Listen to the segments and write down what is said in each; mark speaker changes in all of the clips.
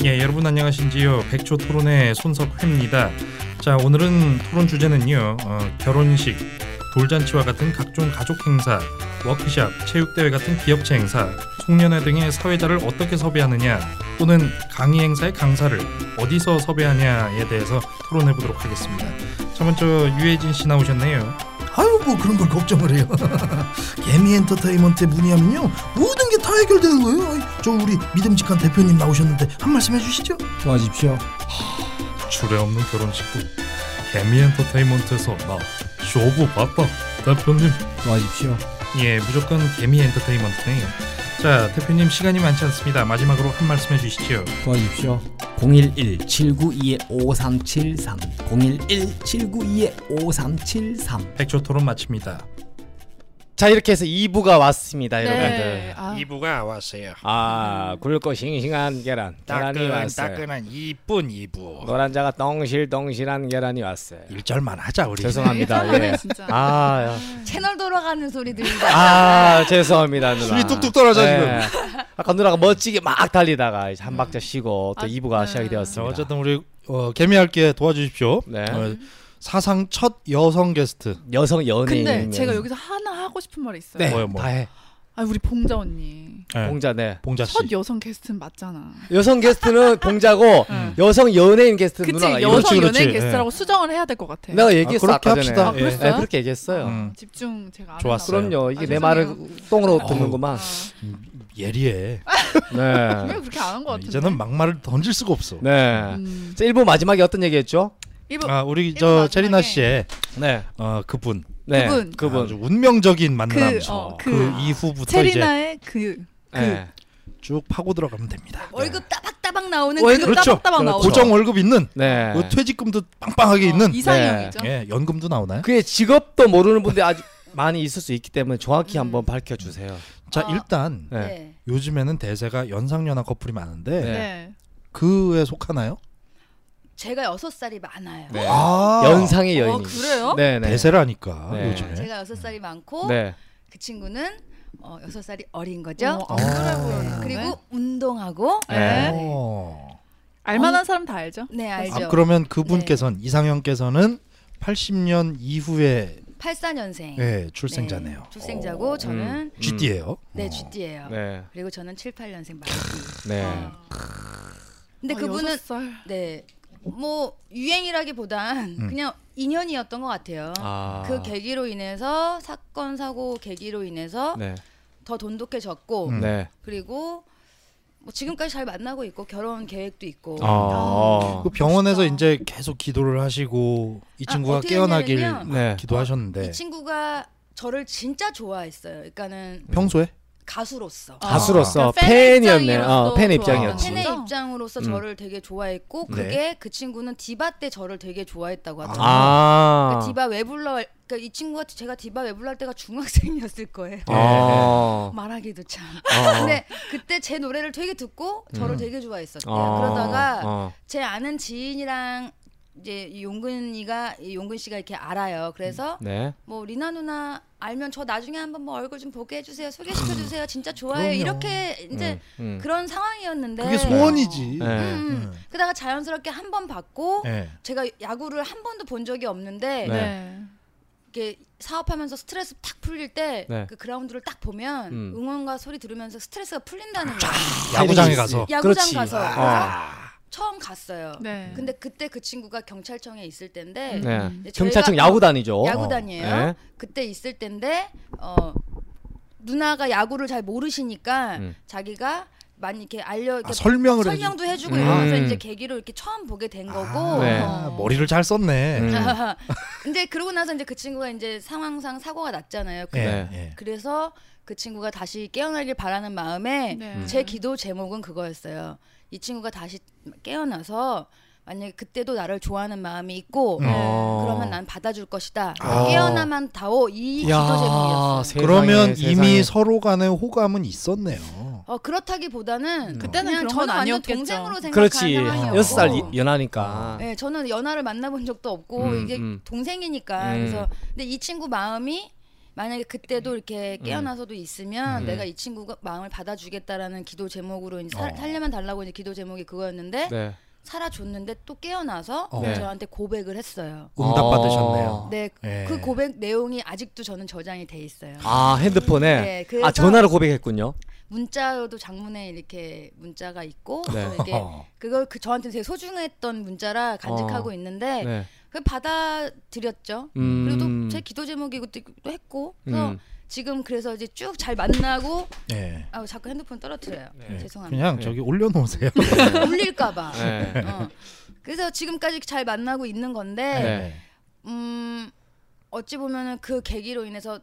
Speaker 1: 네, 여러분 안녕하신지요. 백조 토론의 손석회입니다. 자, 오늘은 토론 주제는요. 어, 결혼식, 돌잔치와 같은 각종 가족 행사, 워크샵, 체육대회 같은 기업체 행사, 송년회 등의 사회자를 어떻게 섭외하느냐, 또는 강의 행사의 강사를 어디서 섭외하냐에 대해서 토론해 보도록 하겠습니다. 자, 먼저 유해진 씨 나오셨네요.
Speaker 2: 아유 뭐 그런 걸 걱정을 해요. 개미 엔터테인먼트에 문의하면요 모든 게 다 해결되는 거예요. 아이, 저 우리 믿음직한 대표님 나오셨는데 한 말씀 해주시죠.
Speaker 3: 도와주십시오.
Speaker 1: 주례 없는 결혼식도 개미 엔터테인먼트에서 나 쇼부 봤다. 대표님
Speaker 3: 도와주십시오.
Speaker 1: 예, 무조건 개미 엔터테인먼트네. 자, 대표님 시간이 많지 않습니다. 마지막으로 한 말씀 해주시죠.
Speaker 3: 도와주십시오. 011-792-5373 011-792-5373
Speaker 1: 백조 토론 마칩니다.
Speaker 4: 자 이렇게 해서 2부가 왔습니다 여러분들
Speaker 5: 네. 아,
Speaker 6: 이부가 왔어요.
Speaker 4: 아 굵고 싱싱한 계란 계란이
Speaker 6: 따끈
Speaker 4: 왔어요
Speaker 6: 따끈한 이쁜 이부.
Speaker 4: 노란자가 덩실덩실한 계란이 왔어요
Speaker 6: 일절만 하자 우리.
Speaker 4: 네. 죄송합니다
Speaker 5: 예전에
Speaker 4: 예.
Speaker 5: 예. 진짜.
Speaker 4: 아,
Speaker 5: 채널 돌아가는 소리 들린다.
Speaker 4: 아 죄송합니다 누나
Speaker 6: 술이 뚝뚝 떨어져,
Speaker 4: 지금 아까 누나가 멋지게 막 달리다가 이제 한 박자 쉬고 또
Speaker 5: 아,
Speaker 4: 2부가
Speaker 5: 네.
Speaker 4: 시작이
Speaker 6: 자,
Speaker 5: 자,
Speaker 4: 되었습니다
Speaker 6: 어쨌든 우리 어, 개미할게 도와주십시오.
Speaker 4: 네.
Speaker 6: 어, 사상 첫 여성 게스트.
Speaker 4: 여성 연예인
Speaker 5: 근데 제가 여기서 하나 하고 싶은 말이 있어요.
Speaker 4: 네,
Speaker 1: 뭐요, 뭐.
Speaker 4: 다해
Speaker 5: 아 우리 봉자 언니
Speaker 1: 네.
Speaker 4: 봉자 네
Speaker 6: 봉자 씨.
Speaker 5: 첫 여성 게스트는 맞잖아.
Speaker 4: 여성 게스트는 봉자고
Speaker 5: 응.
Speaker 4: 여성 연예인 게스트는
Speaker 5: 음. 그치
Speaker 4: 누나가
Speaker 6: 그렇지,
Speaker 5: 여성 연예인
Speaker 6: 그렇지.
Speaker 5: 게스트라고 수정을 해야 될 것 같아.
Speaker 4: 내가 얘기했어
Speaker 6: 그렇게 예.
Speaker 4: 아, 까 전에
Speaker 6: 합시다.
Speaker 5: 아, 그랬어요?
Speaker 4: 네, 그렇게 얘기했어요
Speaker 1: 음,
Speaker 5: 집중 제가 안
Speaker 1: 좋았어요.
Speaker 5: 했나 봐요.
Speaker 4: 그럼요. 이게
Speaker 5: 아,
Speaker 4: 내
Speaker 5: 죄송해요.
Speaker 4: 말을 똥으로
Speaker 6: 어우.
Speaker 4: 듣는구만.
Speaker 6: 예리해.
Speaker 5: 아, 왜
Speaker 4: 네.
Speaker 5: 그렇게 안 한 것 같은데.
Speaker 6: 이제는 뭐 막말을 던질 수가 없어.
Speaker 4: 네.
Speaker 5: 음.
Speaker 4: 자, 1부 마지막에 어떤 얘기 했죠?
Speaker 5: 그 이분
Speaker 6: 아 우리
Speaker 5: 일부
Speaker 6: 저
Speaker 5: 마지막에
Speaker 6: 체리나 씨의
Speaker 4: 네.
Speaker 6: 어, 그분.
Speaker 4: 네.
Speaker 5: 그분.
Speaker 6: 아주
Speaker 4: 그분.
Speaker 6: 운명적인 만남.
Speaker 5: 그, 어,
Speaker 6: 그,
Speaker 5: 그
Speaker 6: 이후부터 이제
Speaker 5: 체리나의 그
Speaker 4: 네.
Speaker 6: 쭉 파고 들어가면 됩니다.
Speaker 5: 월급 따박따박 나오는
Speaker 4: 월급-
Speaker 5: 월급
Speaker 6: 그렇죠.
Speaker 5: 따박따박 나오는
Speaker 6: 고정 월급 있는,
Speaker 4: 네.
Speaker 6: 그 퇴직금도
Speaker 5: 어,
Speaker 6: 빵빵하게 있는,
Speaker 5: 이상형이죠.
Speaker 6: 예, 연금도 나오나요?
Speaker 4: 그의 직업도 모르는 분들 아주 많이 있을 수 있기 때문에
Speaker 5: 음.
Speaker 4: 정확히 한번 밝혀 주세요.
Speaker 6: 자
Speaker 5: 아.
Speaker 6: 일단
Speaker 4: 네.
Speaker 7: 예.
Speaker 6: 요즘에는 대세가 연상연하 커플이 많은데
Speaker 4: 네.
Speaker 5: 네.
Speaker 6: 그에 속하나요?
Speaker 7: 제가 여섯 살이 많아요.
Speaker 4: 네.
Speaker 6: 아
Speaker 4: 연상의
Speaker 5: 어
Speaker 4: 여인.
Speaker 5: 그래요?
Speaker 4: 네, 네.
Speaker 6: 대세라니까
Speaker 4: 네.
Speaker 6: 요즘에
Speaker 7: 예. 제가 여섯 살이 많고
Speaker 4: 네.
Speaker 7: 그 친구는 어, 여섯 살이 어린 거죠.
Speaker 6: 아,
Speaker 5: 어, 그래 보여요.
Speaker 7: 그리고
Speaker 5: 네.
Speaker 7: 운동하고
Speaker 4: 네.
Speaker 6: 어.
Speaker 5: 알만한 사람 다 알죠.
Speaker 7: 네
Speaker 6: 아,
Speaker 7: 알죠. 네.
Speaker 6: 그러면 그분께선 이상형께서는 80년 이후에
Speaker 7: 84년생.
Speaker 6: 예, 출생자네요. 어.
Speaker 7: 출생자고 저는
Speaker 6: 쥐띠예요.
Speaker 7: 음. 네 쥐띠예요.
Speaker 4: 어, 음. 네.
Speaker 7: 그리고 저는 7, 8년생 말기.
Speaker 4: 네.
Speaker 7: 근데
Speaker 6: 어,
Speaker 5: 아,
Speaker 7: 그분은
Speaker 5: 여섯 살.
Speaker 7: 네 뭐 유행이라기보단
Speaker 6: 음.
Speaker 7: 그냥 인연이었던 것 같아요.
Speaker 4: 아.
Speaker 7: 그 계기로 인해서 사건 사고 계기로
Speaker 5: 아.
Speaker 7: 인해서
Speaker 4: 네.
Speaker 7: 더 돈독해졌고
Speaker 6: 음.
Speaker 4: 네.
Speaker 7: 그리고 뭐 지금까지 잘 만나고 있고 결혼 계획도 있고
Speaker 4: 아.
Speaker 6: 그 병원에서
Speaker 7: 멋있다.
Speaker 6: 이제 계속 기도를 하고 이
Speaker 7: 아,
Speaker 6: 친구가
Speaker 7: 어떻게
Speaker 6: 깨어나길
Speaker 7: 했냐면요.
Speaker 4: 네.
Speaker 6: 기도하셨는데
Speaker 7: 이 친구가 저를 진짜 좋아했어요. 그러니까는
Speaker 6: 평소에
Speaker 7: 가수로서
Speaker 5: 아.
Speaker 4: 가수로서
Speaker 5: 그러니까 팬의
Speaker 4: 팬이었네.
Speaker 5: 입장이라서
Speaker 4: 어, 팬의
Speaker 5: 좋아하는
Speaker 4: 입장이었지.
Speaker 5: 거지.
Speaker 7: 팬의
Speaker 5: 진짜?
Speaker 7: 입장으로서
Speaker 4: 음. 네.
Speaker 7: 저를 되게 좋아했고 그게 그 친구는 디바 때 저를 되게 좋아했다고 하더라고요.
Speaker 4: 아.
Speaker 7: 그러니까 디바 왜 불러? 그러니까 이 친구가 제가 디바 왜 불러 할 때가 중학생이었을 거예요.
Speaker 5: 네.
Speaker 4: 아.
Speaker 7: 말하기도 참.
Speaker 4: 아.
Speaker 7: 근데 그때 제 노래를 되게 듣고 저를
Speaker 6: 음.
Speaker 7: 되게 좋아했었대요.
Speaker 4: 아.
Speaker 7: 그러다가
Speaker 4: 아.
Speaker 7: 제 아는 지인이랑 이제 이 용근이가 이 용근 씨가 이렇게 알아요. 그래서
Speaker 4: 네.
Speaker 7: 뭐 리나 누나 알면 저 나중에 한번 뭐 얼굴 좀 보게 해주세요. 소개시켜 주세요. 진짜 좋아요.
Speaker 6: 그럼요.
Speaker 7: 이렇게 이제
Speaker 4: 음.
Speaker 7: 그런 상황이었는데
Speaker 6: 그게 소원이지.
Speaker 4: 네.
Speaker 7: 네. 음,
Speaker 6: 네.
Speaker 7: 그다가 자연스럽게 한 번 받고
Speaker 6: 예.
Speaker 7: 제가 야구를 한 번도 본 적이 없는데
Speaker 4: 네.
Speaker 7: 이렇게 사업하면서 스트레스 탁 풀릴 때 그
Speaker 4: 네.
Speaker 7: 그라운드를 딱 보면
Speaker 4: 음.
Speaker 7: 응원과 소리 들으면서 스트레스가 풀린다는 거예요.
Speaker 6: 야구장에
Speaker 4: 네.
Speaker 6: 가서
Speaker 7: 야구장
Speaker 4: 그렇지.
Speaker 7: 가서
Speaker 4: 아.
Speaker 7: 처음 갔어요.
Speaker 5: 네.
Speaker 7: 근데 그때 그 친구가 경찰청에 있을 때인데
Speaker 4: 네.
Speaker 7: 이제
Speaker 4: 경찰청
Speaker 7: 음, 저희가-
Speaker 4: 야구단이죠.
Speaker 7: 야구단이에요.
Speaker 4: 네.
Speaker 7: 그때 있을 때인데 어, 누나가 야구를 잘 모르시니까
Speaker 4: 음.
Speaker 7: 자기가 많이 이렇게 알려
Speaker 6: 아,
Speaker 7: 이렇게
Speaker 6: 설명을
Speaker 7: 설명도 해주고
Speaker 4: 음.
Speaker 7: 이러면서 이제 계기로 이렇게 처음 보게 된 거고. 어.
Speaker 4: 네.
Speaker 6: 아, 머리를 잘 썼네.
Speaker 4: 음.
Speaker 7: 근데 그러고 나서 이제 그 친구가 이제 상황상 사고가 났잖아요. 그,
Speaker 6: 예,
Speaker 4: 네.
Speaker 6: 예.
Speaker 7: 래서그 친구가 다시 깨어나길 바라는 마음에
Speaker 5: 네.
Speaker 7: 제 기도 제목은 그거였어요. 이 친구가 다시 깨어나서 만약에 그때도 나를 좋아하는 마음이 있고
Speaker 5: 네.
Speaker 4: 어.
Speaker 7: 그러면 난 받아줄 것이다.
Speaker 4: 아.
Speaker 7: 깨어나만 다오 이 기도
Speaker 4: 야,
Speaker 7: 제목이었어요.
Speaker 4: 세상에,
Speaker 6: 그러면
Speaker 4: 세상에.
Speaker 6: 이미 서로 간에 호감은 있었네요.
Speaker 7: 어 그렇다기보다는
Speaker 5: 그때는
Speaker 7: 그냥
Speaker 5: 그런
Speaker 7: 저는
Speaker 5: 건
Speaker 7: 완전
Speaker 5: 아니었겠죠.
Speaker 7: 동생으로 생각한
Speaker 4: 음. 그렇지
Speaker 7: 상황이었고
Speaker 4: 여섯 살 이- 연하니까
Speaker 7: 네, 저는 연하를 만나본 적도 없고
Speaker 4: 음,
Speaker 7: 이게
Speaker 4: 음.
Speaker 7: 동생이니까
Speaker 4: 음.
Speaker 7: 그래서 근데 이 친구 마음이 만약에 그때도 이렇게 깨어나서도 있으면
Speaker 4: 음.
Speaker 7: 내가 이 친구가 마음을 받아주겠다라는 기도 제목으로 이제 살,
Speaker 6: 어.
Speaker 7: 살려만 달라고 이제 기도 제목이 그거였는데
Speaker 4: 네.
Speaker 7: 살아줬는데 또 깨어나서
Speaker 6: 어.
Speaker 4: 네.
Speaker 7: 저한테 고백을 했어요.
Speaker 6: 응답
Speaker 4: 어.
Speaker 6: 받으셨네요.
Speaker 7: 네,
Speaker 6: 예.
Speaker 7: 그 고백 내용이 아직도 저는 저장이 돼 있어요.
Speaker 4: 아 핸드폰에
Speaker 7: 네, 그래서
Speaker 4: 아 전화로 고백했군요.
Speaker 7: 문자로도 장문에 이렇게 문자가 있고
Speaker 4: 네.
Speaker 7: 또 이게
Speaker 6: 어.
Speaker 7: 그걸 그 저한테 되게 소중했던 문자라 간직하고
Speaker 4: 어.
Speaker 7: 있는데
Speaker 4: 네.
Speaker 7: 그 받아들였죠.
Speaker 4: 음.
Speaker 7: 그리고 또 제 기도 제목이고 또 했고 그래서
Speaker 4: 음.
Speaker 7: 지금 그래서 이제 쭉 잘 만나고
Speaker 6: 예.
Speaker 7: 아 자꾸 핸드폰 떨어뜨려요.
Speaker 4: 네.
Speaker 7: 죄송합니다.
Speaker 6: 그냥
Speaker 4: 네.
Speaker 6: 저기 올려놓으세요.
Speaker 7: 울릴까봐.
Speaker 4: 네.
Speaker 7: 어. 그래서 지금까지 잘 만나고 있는 건데
Speaker 4: 네.
Speaker 7: 음 어찌 보면은 그 계기로 인해서